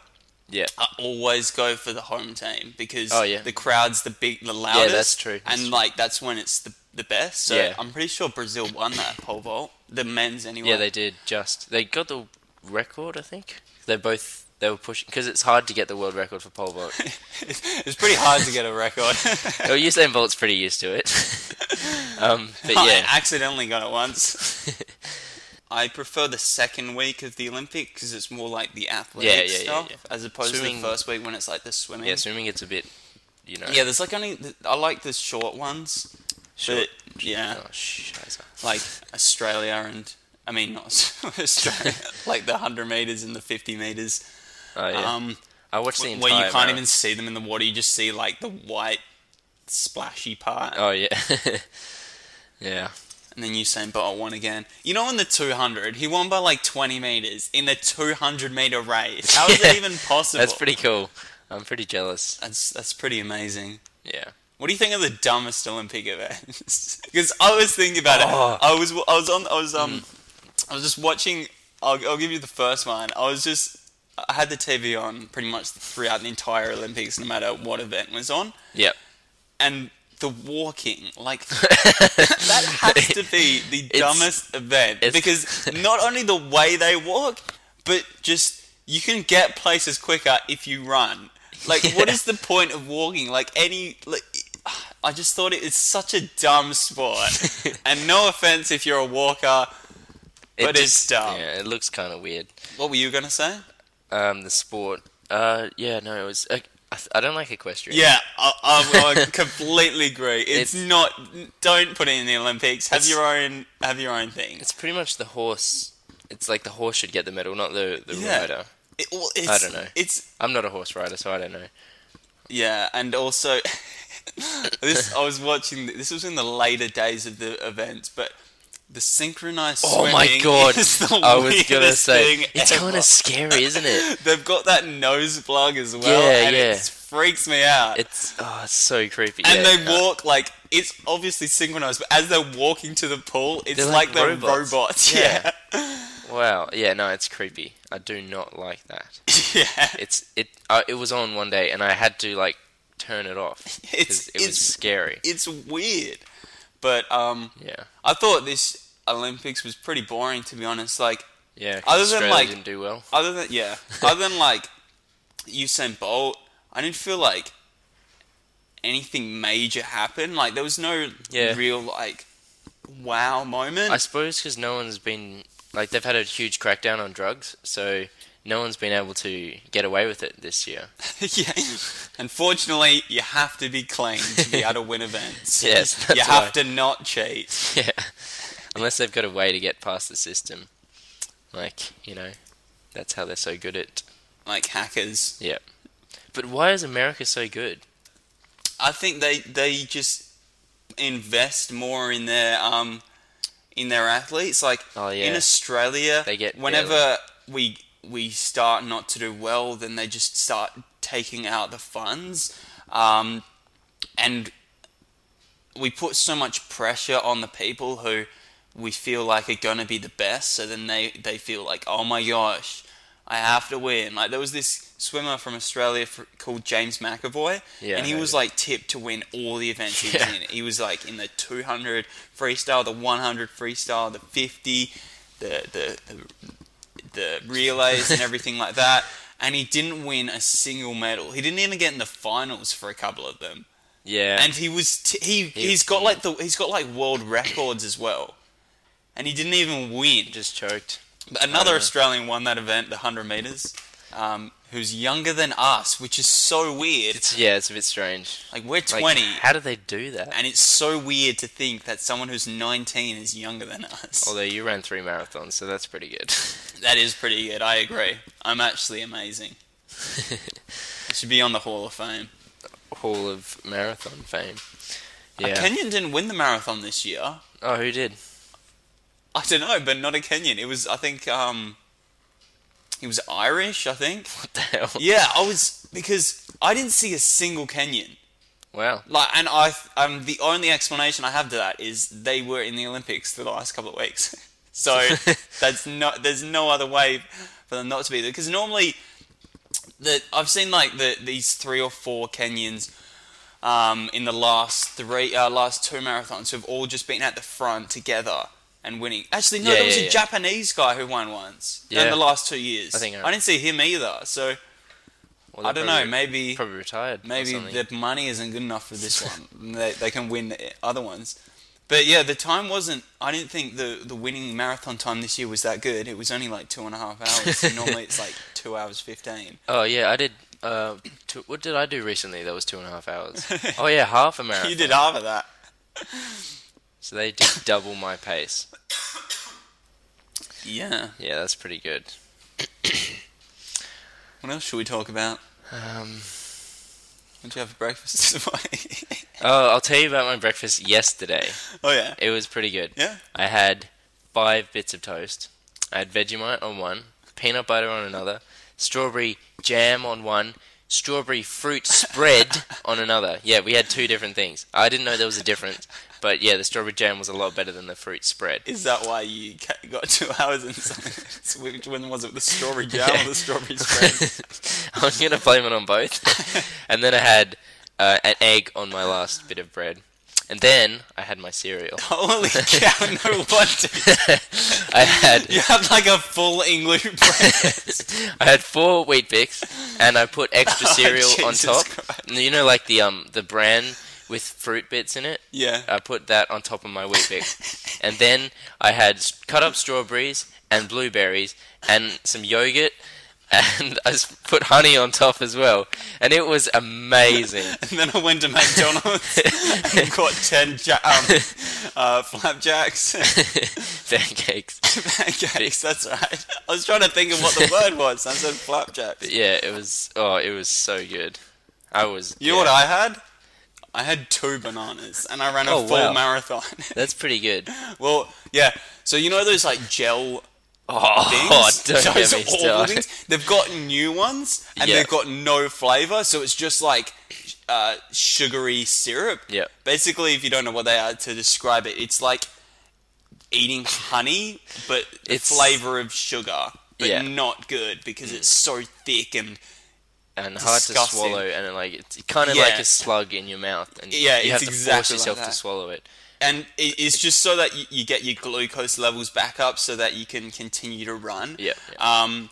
[SPEAKER 1] Yeah.
[SPEAKER 2] I always go for the home team because
[SPEAKER 1] Oh, yeah.
[SPEAKER 2] the crowd's the big, the loudest.
[SPEAKER 1] that's true, that's
[SPEAKER 2] and
[SPEAKER 1] true.
[SPEAKER 2] like that's when it's the the best. So
[SPEAKER 1] Yeah.
[SPEAKER 2] I'm pretty sure Brazil won that pole vault, the men's anyway.
[SPEAKER 1] Yeah, they did. Just they got the record, I think. They both they were pushing because it's hard to get the world record for pole vault.
[SPEAKER 2] it's pretty hard to get a record.
[SPEAKER 1] well, Usain Bolt's pretty used to it. um, but
[SPEAKER 2] I
[SPEAKER 1] yeah,
[SPEAKER 2] accidentally got it once. I prefer the second week of the Olympics because it's more like the athletic
[SPEAKER 1] yeah, yeah,
[SPEAKER 2] stuff
[SPEAKER 1] yeah.
[SPEAKER 2] as opposed
[SPEAKER 1] Swimming-
[SPEAKER 2] to the first week when it's like the swimming.
[SPEAKER 1] yeah, swimming it's a bit, you know.
[SPEAKER 2] Yeah, there's like only th- I like the short ones,
[SPEAKER 1] short.
[SPEAKER 2] but yeah,
[SPEAKER 1] Oh, shiza.
[SPEAKER 2] like Australia and I mean not Australia, like the hundred meters and the fifty meters.
[SPEAKER 1] Oh, yeah.
[SPEAKER 2] Um,
[SPEAKER 1] I watched the
[SPEAKER 2] where you
[SPEAKER 1] entire.
[SPEAKER 2] can't
[SPEAKER 1] marathon.
[SPEAKER 2] even see them in the water, you just see like the white splashy part.
[SPEAKER 1] Oh yeah, yeah.
[SPEAKER 2] And then Usain Bolt won again. You know, in the 200, he won by like 20 meters in the 200 meter race. How is
[SPEAKER 1] Yeah.
[SPEAKER 2] that even possible?
[SPEAKER 1] That's pretty cool. I'm pretty jealous.
[SPEAKER 2] That's that's pretty amazing.
[SPEAKER 1] Yeah.
[SPEAKER 2] What do you think of the dumbest Olympic events? Because I was thinking about
[SPEAKER 1] Oh. Mm.
[SPEAKER 2] it. I was I was on I was um I was just watching. I'll, I'll give you the first one. I was just I had the TV on pretty much throughout the entire Olympics, no matter what event was on,
[SPEAKER 1] Yep.
[SPEAKER 2] and the walking like that has to be the dumbest event
[SPEAKER 1] it's-
[SPEAKER 2] because not only the way they walk, but just you can get places quicker if you run. Like, what
[SPEAKER 1] Yeah.
[SPEAKER 2] is the point of walking? Like any, like, I just thought it is such a dumb sport. and no offense if you're a walker, but it's dumb.
[SPEAKER 1] Yeah, it looks kind of weird.
[SPEAKER 2] What were you gonna say?
[SPEAKER 1] Um, the sport. Uh, yeah, no, it was. Uh, I, th- I don't like equestrian.
[SPEAKER 2] Yeah, I, I, I completely agree. It's,
[SPEAKER 1] It's-
[SPEAKER 2] not. Don't put it in the Olympics. Have
[SPEAKER 1] It's-
[SPEAKER 2] your own. Have your own thing.
[SPEAKER 1] It's pretty much the horse. It's like the horse should get the medal, not the the
[SPEAKER 2] Yeah.
[SPEAKER 1] rider.
[SPEAKER 2] It, well, it's-
[SPEAKER 1] don't know.
[SPEAKER 2] It's
[SPEAKER 1] I'm not a horse rider, so I don't know.
[SPEAKER 2] Yeah, and also this I was watching. This was in the later days of the event, but the synchronized.
[SPEAKER 1] Oh my god!
[SPEAKER 2] Is the
[SPEAKER 1] I was gonna
[SPEAKER 2] weirdest
[SPEAKER 1] say
[SPEAKER 2] thing
[SPEAKER 1] it's
[SPEAKER 2] ever.
[SPEAKER 1] kind of scary, isn't it?
[SPEAKER 2] They've got that nose plug as well,
[SPEAKER 1] Yeah,
[SPEAKER 2] and
[SPEAKER 1] yeah.
[SPEAKER 2] it freaks me out.
[SPEAKER 1] It's oh, it's so creepy.
[SPEAKER 2] and
[SPEAKER 1] yeah,
[SPEAKER 2] they
[SPEAKER 1] uh,
[SPEAKER 2] walk like it's obviously synchronized, but as they're walking to the pool, it's
[SPEAKER 1] They're like
[SPEAKER 2] like, they're robots.
[SPEAKER 1] robots.
[SPEAKER 2] Yeah,
[SPEAKER 1] Yeah. Wow. Yeah. No, it's creepy. I do not like that.
[SPEAKER 2] yeah.
[SPEAKER 1] It's it. Uh, it was on one day, and I had to like turn it off 'cause
[SPEAKER 2] It's-
[SPEAKER 1] it was
[SPEAKER 2] it's-
[SPEAKER 1] scary.
[SPEAKER 2] It's weird, but um,
[SPEAKER 1] Yeah.
[SPEAKER 2] I thought this Olympics was pretty boring to be honest. Like
[SPEAKER 1] Yeah. 'cause
[SPEAKER 2] Other than,
[SPEAKER 1] Australia
[SPEAKER 2] like-
[SPEAKER 1] didn't do well.
[SPEAKER 2] other than yeah, other than like Usain Bolt, I didn't feel like anything major happened. Like there was no
[SPEAKER 1] Yeah.
[SPEAKER 2] real like wow moment.
[SPEAKER 1] I suppose because no one's been like they've had a huge crackdown on drugs, so no one's been able to get away with it this year.
[SPEAKER 2] yeah. Unfortunately, you have to be clean to be able to win events.
[SPEAKER 1] Yes,
[SPEAKER 2] you
[SPEAKER 1] that's
[SPEAKER 2] have
[SPEAKER 1] why.
[SPEAKER 2] to not cheat.
[SPEAKER 1] yeah, unless they've got a way to get past the system, like you know, that's how they're so good at.
[SPEAKER 2] Like hackers,
[SPEAKER 1] Yeah, but why is America so good?
[SPEAKER 2] I think they they just invest more in their um in their athletes. Like
[SPEAKER 1] Oh, yeah.
[SPEAKER 2] in Australia,
[SPEAKER 1] They get
[SPEAKER 2] whenever we we start not to do well, then they just start taking out the funds, um, and we put so much pressure on the people who we feel like are gonna be the best. So then they they feel like, oh my gosh, I have to win. Like there was this swimmer from Australia for, called James McAvoy,
[SPEAKER 1] Yeah,
[SPEAKER 2] and he
[SPEAKER 1] I know
[SPEAKER 2] was
[SPEAKER 1] him.
[SPEAKER 2] like tipped to win all the events he was
[SPEAKER 1] Yeah.
[SPEAKER 2] in. He was like in the 200 freestyle, the 100 freestyle, the 50, the the the the relays and everything like that. And he didn't win a single medal. He didn't even get in the finals for a couple of them.
[SPEAKER 1] Yeah,
[SPEAKER 2] And he was t- he he's got like the he's got like world records as well. And he didn't even win.
[SPEAKER 1] just choked.
[SPEAKER 2] But another
[SPEAKER 1] know.
[SPEAKER 2] Australian won that event, the 100 meters. Um, who's younger than us, which is so weird.
[SPEAKER 1] It's yeah, it's a bit strange.
[SPEAKER 2] like we're
[SPEAKER 1] Like,
[SPEAKER 2] 20
[SPEAKER 1] How do they do that?
[SPEAKER 2] and it's so weird to think that someone who's 19 is younger than us.
[SPEAKER 1] Although you ran three marathons, so that's pretty good.
[SPEAKER 2] That is pretty good. I agree. I'm actually amazing. I should be on the Hall of Fame.
[SPEAKER 1] Hall of marathon fame.
[SPEAKER 2] A
[SPEAKER 1] Yeah.
[SPEAKER 2] Kenyan didn't win the marathon this year.
[SPEAKER 1] oh, who did?
[SPEAKER 2] I don't know, but not a Kenyan. It was, I think, um, he was Irish. I think.
[SPEAKER 1] What the hell?
[SPEAKER 2] Yeah, I was because I didn't see a single Kenyan.
[SPEAKER 1] Wow.
[SPEAKER 2] Like, and I, um, the only explanation I have to that is they were in the Olympics the last couple of weeks. So that's not. There's no other way for them not to be there because normally, the I've seen like the these three or four Kenyans. Um, in the last three, uh, last two marathons, who've all just been at the front together and winning. Actually, no,
[SPEAKER 1] Yeah,
[SPEAKER 2] there was
[SPEAKER 1] yeah,
[SPEAKER 2] a
[SPEAKER 1] yeah.
[SPEAKER 2] Japanese guy who won once in
[SPEAKER 1] Yeah.
[SPEAKER 2] the last two years.
[SPEAKER 1] I think I-
[SPEAKER 2] I didn't see him either. So
[SPEAKER 1] Well, they're
[SPEAKER 2] I don't know.
[SPEAKER 1] probably-
[SPEAKER 2] Maybe
[SPEAKER 1] probably retired. or
[SPEAKER 2] maybe
[SPEAKER 1] something.
[SPEAKER 2] the money isn't good enough for this one. they, they can win the other ones. But yeah, the time wasn't. I didn't think the the winning marathon time this year was that good. It was only like two and a half hours. and normally it's like two hours fifteen.
[SPEAKER 1] Oh yeah, I did. Uh, two, what did I do recently? That was two and a half hours. oh yeah, half a marathon.
[SPEAKER 2] You did half of that.
[SPEAKER 1] So they did double my pace.
[SPEAKER 2] Yeah.
[SPEAKER 1] Yeah, that's pretty good.
[SPEAKER 2] What else should we talk about?
[SPEAKER 1] Um,
[SPEAKER 2] What did you have for breakfast this morning?
[SPEAKER 1] oh, I'll tell you about my breakfast yesterday.
[SPEAKER 2] oh yeah.
[SPEAKER 1] It was pretty good.
[SPEAKER 2] Yeah.
[SPEAKER 1] I had five bits of toast. I had Vegemite on one, peanut butter on another, strawberry jam on one, strawberry fruit spread on another. Yeah, we had two different things. I didn't know there was a difference, but yeah, the strawberry jam was a lot better than the fruit spread.
[SPEAKER 2] Is that why you ca- got two hours and something? Which one was it? The strawberry jam or the strawberry spread?
[SPEAKER 1] I'm gonna blame it on both. and then I had uh, an egg on my last bit of bread, and then I had my cereal.
[SPEAKER 2] Holy cow! No wonder
[SPEAKER 1] I had
[SPEAKER 2] you had like a full English breakfast.
[SPEAKER 1] I had four wheat bix, and I put extra
[SPEAKER 2] Oh,
[SPEAKER 1] cereal on
[SPEAKER 2] Jesus
[SPEAKER 1] top.
[SPEAKER 2] Christ.
[SPEAKER 1] You know, like the um the bran with fruit bits in it.
[SPEAKER 2] Yeah.
[SPEAKER 1] I put that on top of my wheat bix, and then I had s- cut up strawberries and blueberries and some yogurt. And I s- put honey on top as well, and it was amazing.
[SPEAKER 2] And then I went to McDonald's and got 10 ja- um, uh, flapjacks
[SPEAKER 1] pancakes.
[SPEAKER 2] pancakes. That's right. I was trying to think of what the word was. I said flapjacks.
[SPEAKER 1] Yeah, it was. Oh, it was so good. I was.
[SPEAKER 2] You know
[SPEAKER 1] yeah,
[SPEAKER 2] what I had? I had two bananas and I ran a
[SPEAKER 1] Oh,
[SPEAKER 2] full
[SPEAKER 1] wow.
[SPEAKER 2] marathon.
[SPEAKER 1] That's pretty good.
[SPEAKER 2] well, yeah. So you know those like gel
[SPEAKER 1] Oh,
[SPEAKER 2] things?
[SPEAKER 1] don't get me
[SPEAKER 2] those awful
[SPEAKER 1] started.
[SPEAKER 2] things. They've got new ones and
[SPEAKER 1] Yeah.
[SPEAKER 2] they've got no flavor, so it's just like uh, sugary syrup.
[SPEAKER 1] Yeah.
[SPEAKER 2] Basically, if you don't know what they are to describe it, it's like eating honey, but the
[SPEAKER 1] It's-
[SPEAKER 2] flavor of sugar, but
[SPEAKER 1] Yeah. Mm.
[SPEAKER 2] not good because it's so thick and
[SPEAKER 1] And hard to
[SPEAKER 2] Disgusting.
[SPEAKER 1] swallow, and like it's kind of
[SPEAKER 2] Yeah.
[SPEAKER 1] like a slug in your mouth, and
[SPEAKER 2] Yeah,
[SPEAKER 1] you
[SPEAKER 2] it's
[SPEAKER 1] have to force
[SPEAKER 2] exactly like
[SPEAKER 1] yourself to
[SPEAKER 2] that.
[SPEAKER 1] swallow it.
[SPEAKER 2] and it, it's just so that you, you get your glucose levels back up so that you can continue to run.
[SPEAKER 1] Yeah.
[SPEAKER 2] Um,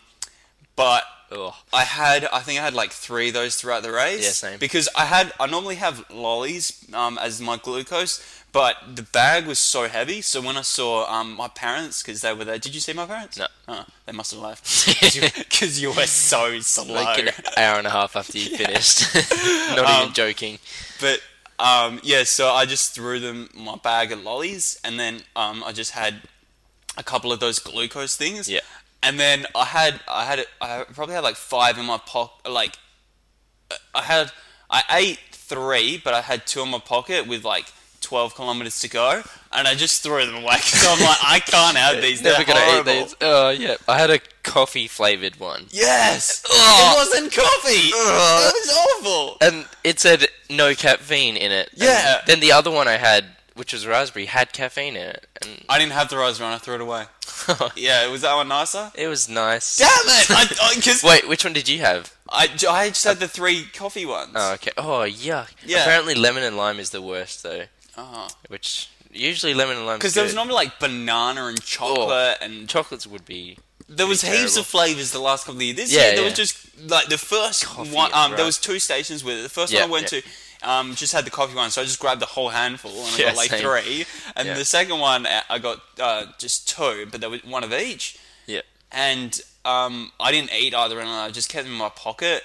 [SPEAKER 2] but
[SPEAKER 1] Oh,
[SPEAKER 2] I had, I think I had like three of those throughout the race.
[SPEAKER 1] Yeah, same.
[SPEAKER 2] Because I had, I normally have lollies um, as my glucose, but the bag was so heavy. So when I saw um, my parents, because they were there, did you see my parents?
[SPEAKER 1] No.
[SPEAKER 2] Oh, they must have left. Because you, were so slow.
[SPEAKER 1] like an hour and a half after you finished. Not
[SPEAKER 2] Um,
[SPEAKER 1] even joking.
[SPEAKER 2] but um, yeah, so I just threw them my bag of lollies, and then um, I just had a couple of those glucose things.
[SPEAKER 1] Yeah.
[SPEAKER 2] And then I had I had I probably had like five in my pocket. Like I had I ate three, but I had two in my pocket with like. 12 kilometers to go, and I just threw them away because I'm like, I can't have these.
[SPEAKER 1] Never
[SPEAKER 2] They're
[SPEAKER 1] gonna
[SPEAKER 2] horrible.
[SPEAKER 1] eat these. Oh yeah, I had a coffee flavored one,
[SPEAKER 2] Yes,
[SPEAKER 1] Ugh.
[SPEAKER 2] it wasn't coffee.
[SPEAKER 1] Ugh.
[SPEAKER 2] It was awful.
[SPEAKER 1] and it said no caffeine in it. And
[SPEAKER 2] Yeah.
[SPEAKER 1] Then the other one I had, which was raspberry, had caffeine in it, and
[SPEAKER 2] I didn't have the rose run. I threw it away. Yeah, was that one nicer?
[SPEAKER 1] it was nice.
[SPEAKER 2] Damn it! I, I, 'cause
[SPEAKER 1] Wait, which one did you have?
[SPEAKER 2] I, j- I just had the three coffee ones.
[SPEAKER 1] Oh, okay. Oh, yuck.
[SPEAKER 2] Yeah.
[SPEAKER 1] Apparently, lemon and lime is the worst, though.
[SPEAKER 2] Oh.
[SPEAKER 1] Which usually lemon and lime.
[SPEAKER 2] Because there was normally like banana and chocolate, and
[SPEAKER 1] chocolates would be.
[SPEAKER 2] there was
[SPEAKER 1] pretty
[SPEAKER 2] heaps of
[SPEAKER 1] terrible.
[SPEAKER 2] flavors the last couple of years. This
[SPEAKER 1] Yeah,
[SPEAKER 2] year there
[SPEAKER 1] yeah.
[SPEAKER 2] was just like the first
[SPEAKER 1] Coffee
[SPEAKER 2] one.
[SPEAKER 1] and
[SPEAKER 2] Um, there
[SPEAKER 1] rice.
[SPEAKER 2] was two stations with it. The first
[SPEAKER 1] Yeah,
[SPEAKER 2] one I went
[SPEAKER 1] yeah.
[SPEAKER 2] to um, just had the coffee one, so I just grabbed the whole handful and I
[SPEAKER 1] Yeah,
[SPEAKER 2] got like
[SPEAKER 1] same.
[SPEAKER 2] three. And
[SPEAKER 1] Yeah.
[SPEAKER 2] the second one uh, I got uh, just two, but there was one of each.
[SPEAKER 1] Yeah.
[SPEAKER 2] and um, I didn't eat either, and I just kept them in my pocket.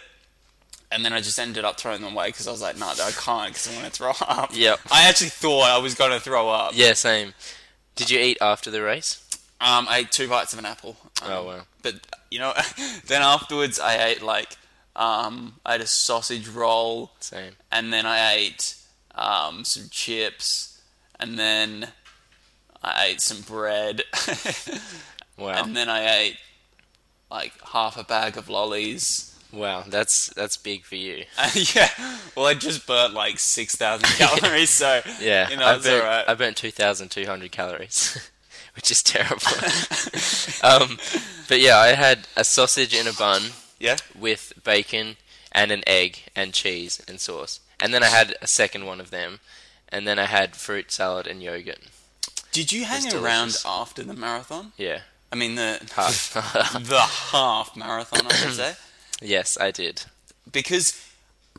[SPEAKER 2] And then I just ended up throwing them away because I was like, "No, I can't because I want to throw up."
[SPEAKER 1] Yep.
[SPEAKER 2] I actually thought I was going to throw up.
[SPEAKER 1] Yeah. Same. Did you eat after the race?
[SPEAKER 2] Um, I ate two bites of an apple. Um,
[SPEAKER 1] Oh, wow.
[SPEAKER 2] But you know, then afterwards I ate like um, I ate a sausage roll,
[SPEAKER 1] Same.
[SPEAKER 2] and then I ate um, some chips, and then I ate some bread.
[SPEAKER 1] Wow.
[SPEAKER 2] and then I ate like half a bag of lollies.
[SPEAKER 1] Wow. That's that's big for you.
[SPEAKER 2] Uh, yeah, well, I just burnt like six thousand calories, so
[SPEAKER 1] Yeah.
[SPEAKER 2] you know,
[SPEAKER 1] I
[SPEAKER 2] it's
[SPEAKER 1] burnt,
[SPEAKER 2] all right.
[SPEAKER 1] I burnt two thousand two hundred calories, which is terrible. um, but yeah, I had a sausage in a bun
[SPEAKER 2] Yeah.
[SPEAKER 1] with bacon and an egg and cheese and sauce. And then I had a second one of them. And then I had fruit salad and yogurt.
[SPEAKER 2] Did you hang
[SPEAKER 1] It's
[SPEAKER 2] around
[SPEAKER 1] delicious.
[SPEAKER 2] after the marathon?
[SPEAKER 1] Yeah.
[SPEAKER 2] I mean the
[SPEAKER 1] Half.
[SPEAKER 2] the half marathon, I should say,
[SPEAKER 1] yes, I did.
[SPEAKER 2] because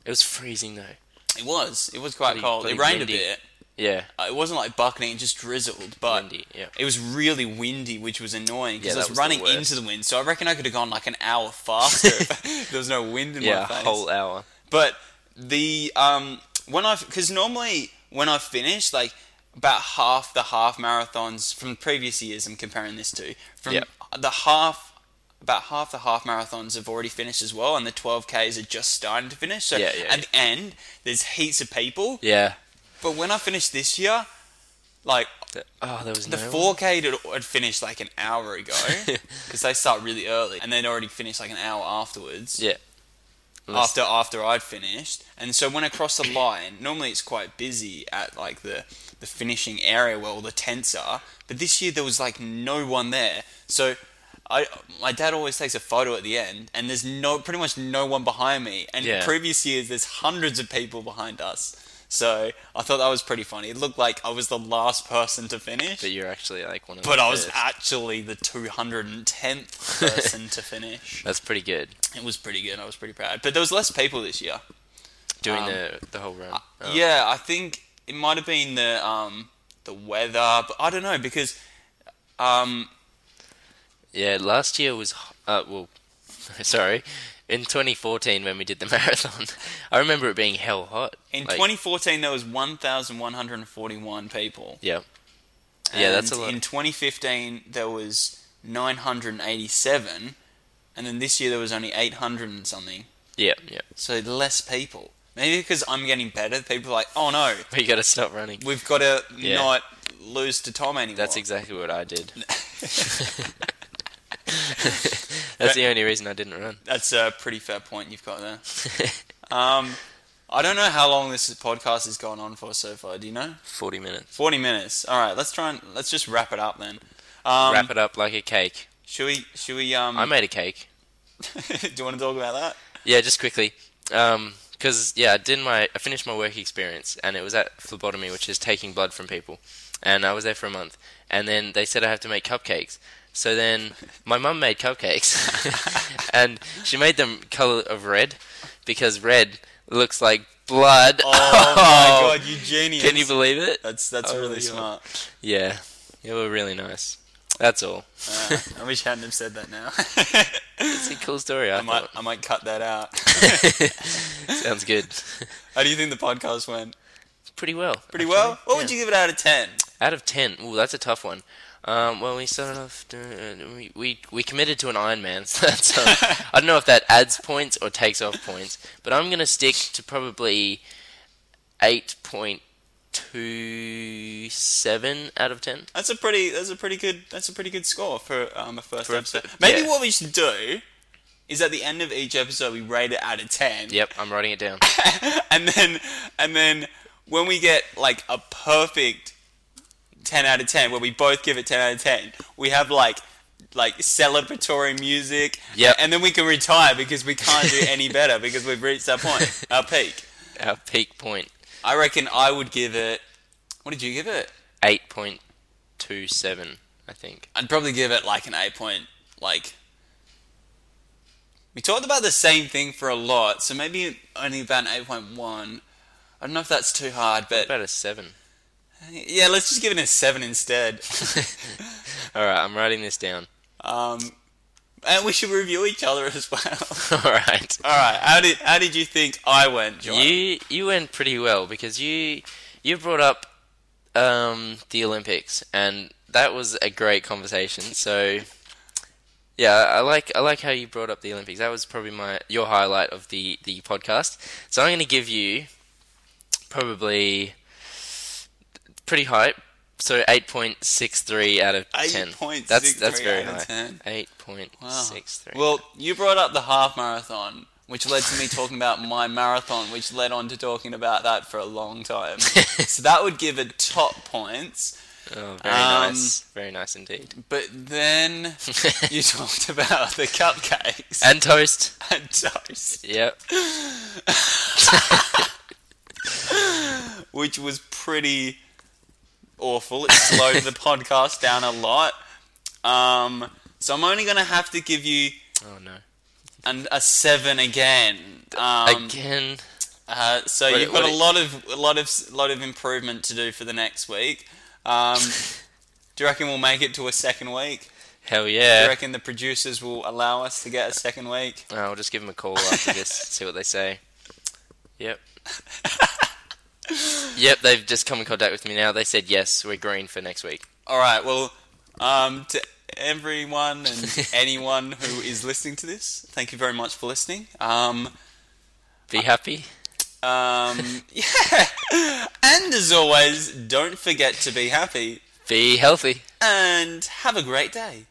[SPEAKER 1] It was freezing though.
[SPEAKER 2] it was it was quite
[SPEAKER 1] Bloody-
[SPEAKER 2] cold. It
[SPEAKER 1] bloody
[SPEAKER 2] rained
[SPEAKER 1] windy.
[SPEAKER 2] a bit.
[SPEAKER 1] Yeah.
[SPEAKER 2] Uh, It wasn't like bucketing; it just drizzled, but
[SPEAKER 1] Windy, yeah.
[SPEAKER 2] it was really windy, which was annoying
[SPEAKER 1] Yeah,
[SPEAKER 2] because
[SPEAKER 1] that
[SPEAKER 2] I was,
[SPEAKER 1] was the
[SPEAKER 2] running
[SPEAKER 1] worst.
[SPEAKER 2] into the wind. So I reckon I could have gone like an hour faster. if there was no wind in
[SPEAKER 1] Yeah,
[SPEAKER 2] my
[SPEAKER 1] a
[SPEAKER 2] face.
[SPEAKER 1] whole hour.
[SPEAKER 2] But the um when I because normally when I finish like about half the half marathons from previous years I'm comparing this to from
[SPEAKER 1] Yep.
[SPEAKER 2] the half about half the half marathons have already finished as well and the 12ks are just starting to finish so
[SPEAKER 1] Yeah, yeah,
[SPEAKER 2] at the end there's heaps of people
[SPEAKER 1] Yeah.
[SPEAKER 2] but when I finished this year like
[SPEAKER 1] The- oh, there was
[SPEAKER 2] the
[SPEAKER 1] no one.
[SPEAKER 2] 4k had, had finished like an hour ago because they start really early and they'd already finished like an hour afterwards
[SPEAKER 1] Yeah. Unless-
[SPEAKER 2] after after I'd finished. And so when I crossed the line, normally it's quite busy at like the the finishing area where all the tents are. But this year there was like no one there. So I my dad always takes a photo at the end, and there's no pretty much no one behind me. And
[SPEAKER 1] Yeah.
[SPEAKER 2] previous years there's hundreds of people behind us. So I thought that was pretty funny. It looked like I was the last person to finish.
[SPEAKER 1] But you're actually like one of
[SPEAKER 2] But
[SPEAKER 1] the
[SPEAKER 2] I was
[SPEAKER 1] first.
[SPEAKER 2] actually the 210th person to finish.
[SPEAKER 1] That's pretty good.
[SPEAKER 2] It was pretty good. I was pretty proud. But there was less people this year.
[SPEAKER 1] Doing
[SPEAKER 2] Um,
[SPEAKER 1] the the whole run. Oh.
[SPEAKER 2] Yeah, I think it might have been the um, the weather, but I don't know because um,
[SPEAKER 1] Yeah, last year was h- uh well, sorry, in 2014 when we did the marathon, I remember it being hell hot.
[SPEAKER 2] in
[SPEAKER 1] Like,
[SPEAKER 2] 2014 there was 1,141 people.
[SPEAKER 1] Yeah. Yeah, that's a
[SPEAKER 2] and
[SPEAKER 1] lot.
[SPEAKER 2] In 2015 there was 987, and then this year there was only 800 and something.
[SPEAKER 1] Yeah, yeah.
[SPEAKER 2] So less people. Maybe because I'm getting better, people are like, oh no,
[SPEAKER 1] We got to stop running.
[SPEAKER 2] we've got to
[SPEAKER 1] Yeah.
[SPEAKER 2] not lose to Tom anymore.
[SPEAKER 1] That's exactly what I did.
[SPEAKER 2] But-
[SPEAKER 1] That's the only reason I didn't run.
[SPEAKER 2] That's a pretty fair point you've got there. Um, I don't know how long this podcast has gone on for so far. Do you know?
[SPEAKER 1] 40 minutes.
[SPEAKER 2] Forty minutes. All right, let's try and let's just wrap it up then. Um,
[SPEAKER 1] Wrap it up like a cake.
[SPEAKER 2] Should we? Should we? Um,
[SPEAKER 1] I made a cake.
[SPEAKER 2] do you want to talk about that?
[SPEAKER 1] Yeah, just quickly. Um 'cause cause yeah, I did my I finished my work experience, and it was at phlebotomy, which is taking blood from people, and I was there for a month, and then they said I have to make cupcakes. So then my mum made cupcakes, and she made them color of red, because red looks like blood.
[SPEAKER 2] Oh, my god, you genius!
[SPEAKER 1] Can you believe it?
[SPEAKER 2] that's that's
[SPEAKER 1] Oh,
[SPEAKER 2] really
[SPEAKER 1] yeah.
[SPEAKER 2] smart.
[SPEAKER 1] Yeah, they were really nice. That's all.
[SPEAKER 2] Uh, I wish I hadn't have said that now.
[SPEAKER 1] It's a cool story. I,
[SPEAKER 2] I might
[SPEAKER 1] thought.
[SPEAKER 2] I might cut that out.
[SPEAKER 1] Sounds good.
[SPEAKER 2] How do you think the podcast went?
[SPEAKER 1] Pretty well.
[SPEAKER 2] Pretty
[SPEAKER 1] actually.
[SPEAKER 2] well. What
[SPEAKER 1] Yeah.
[SPEAKER 2] would you give it out of ten?
[SPEAKER 1] Out of ten, ooh, that's a tough one. Um, well, we started off. uh, We we, we committed to an Ironman, so that's. Um, I don't know if that adds points or takes off points, but I'm gonna stick to probably eight point two seven out of ten.
[SPEAKER 2] That's a pretty. That's a pretty good. That's a pretty good score for um, a first
[SPEAKER 1] For a
[SPEAKER 2] episode.
[SPEAKER 1] fir-
[SPEAKER 2] Maybe
[SPEAKER 1] yeah.
[SPEAKER 2] what we should do is at the end of each episode we rate it out of ten.
[SPEAKER 1] Yep, I'm writing it down.
[SPEAKER 2] And then and then when we get like a perfect ten out of ten, where we both give it ten out of ten, we have like like celebratory music.
[SPEAKER 1] Yep.
[SPEAKER 2] And then we can retire because we can't do any better because we've reached our point, our peak.
[SPEAKER 1] Our peak point
[SPEAKER 2] I reckon I would give it. What did you give it?
[SPEAKER 1] eight point two seven, I think.
[SPEAKER 2] I'd probably give it like an eight point. Like we talked about the same thing for a lot, so maybe only about an eight point one. I don't know if that's too hard, but
[SPEAKER 1] About a seven.
[SPEAKER 2] yeah, let's just give it a seven instead.
[SPEAKER 1] All right, I'm writing this down.
[SPEAKER 2] um, and we should review each other as well.
[SPEAKER 1] All right.
[SPEAKER 2] All right, how did how did you think I went, John?
[SPEAKER 1] You you went pretty well because you you brought up um, the Olympics and that was a great conversation. So yeah, I like I like how you brought up the Olympics. That was probably my your highlight of the the podcast. So I'm going to give you probably pretty high. So eight point six three out of ten.
[SPEAKER 2] 8.63
[SPEAKER 1] That's that's very
[SPEAKER 2] out of
[SPEAKER 1] high.
[SPEAKER 2] 10.
[SPEAKER 1] Eight point six three.
[SPEAKER 2] Well, you brought up the half marathon, which led to me talking about my marathon, which led on to talking about that for a long time. so that would give it top points.
[SPEAKER 1] Oh, very
[SPEAKER 2] Um,
[SPEAKER 1] nice. Very nice indeed.
[SPEAKER 2] But then you talked about the cupcakes
[SPEAKER 1] and toast.
[SPEAKER 2] and toast,
[SPEAKER 1] Yep.
[SPEAKER 2] which was pretty awful. It slowed the podcast down a lot. Um, so I'm only going to have to give you
[SPEAKER 1] Oh no.
[SPEAKER 2] an, a seven again. Um,
[SPEAKER 1] Again.
[SPEAKER 2] Uh, so
[SPEAKER 1] What-
[SPEAKER 2] you've got
[SPEAKER 1] what-
[SPEAKER 2] a lot of a lot of s- lot of improvement to do for the next week. Um, do you reckon we'll make it to a second week?
[SPEAKER 1] Hell
[SPEAKER 2] Do you
[SPEAKER 1] yeah.
[SPEAKER 2] reckon the producers will allow us to get a second week?
[SPEAKER 1] Oh, I'll just give them a call after this. See what they say. Yep. yep. They've just come in contact with me now. They said yes. We're green for next week.
[SPEAKER 2] All right. Well, um, to everyone and anyone who is listening to this, thank you very much for listening. Um,
[SPEAKER 1] Be happy.
[SPEAKER 2] um, yeah. And as always, don't forget to be happy
[SPEAKER 1] Be healthy.
[SPEAKER 2] and have a great day.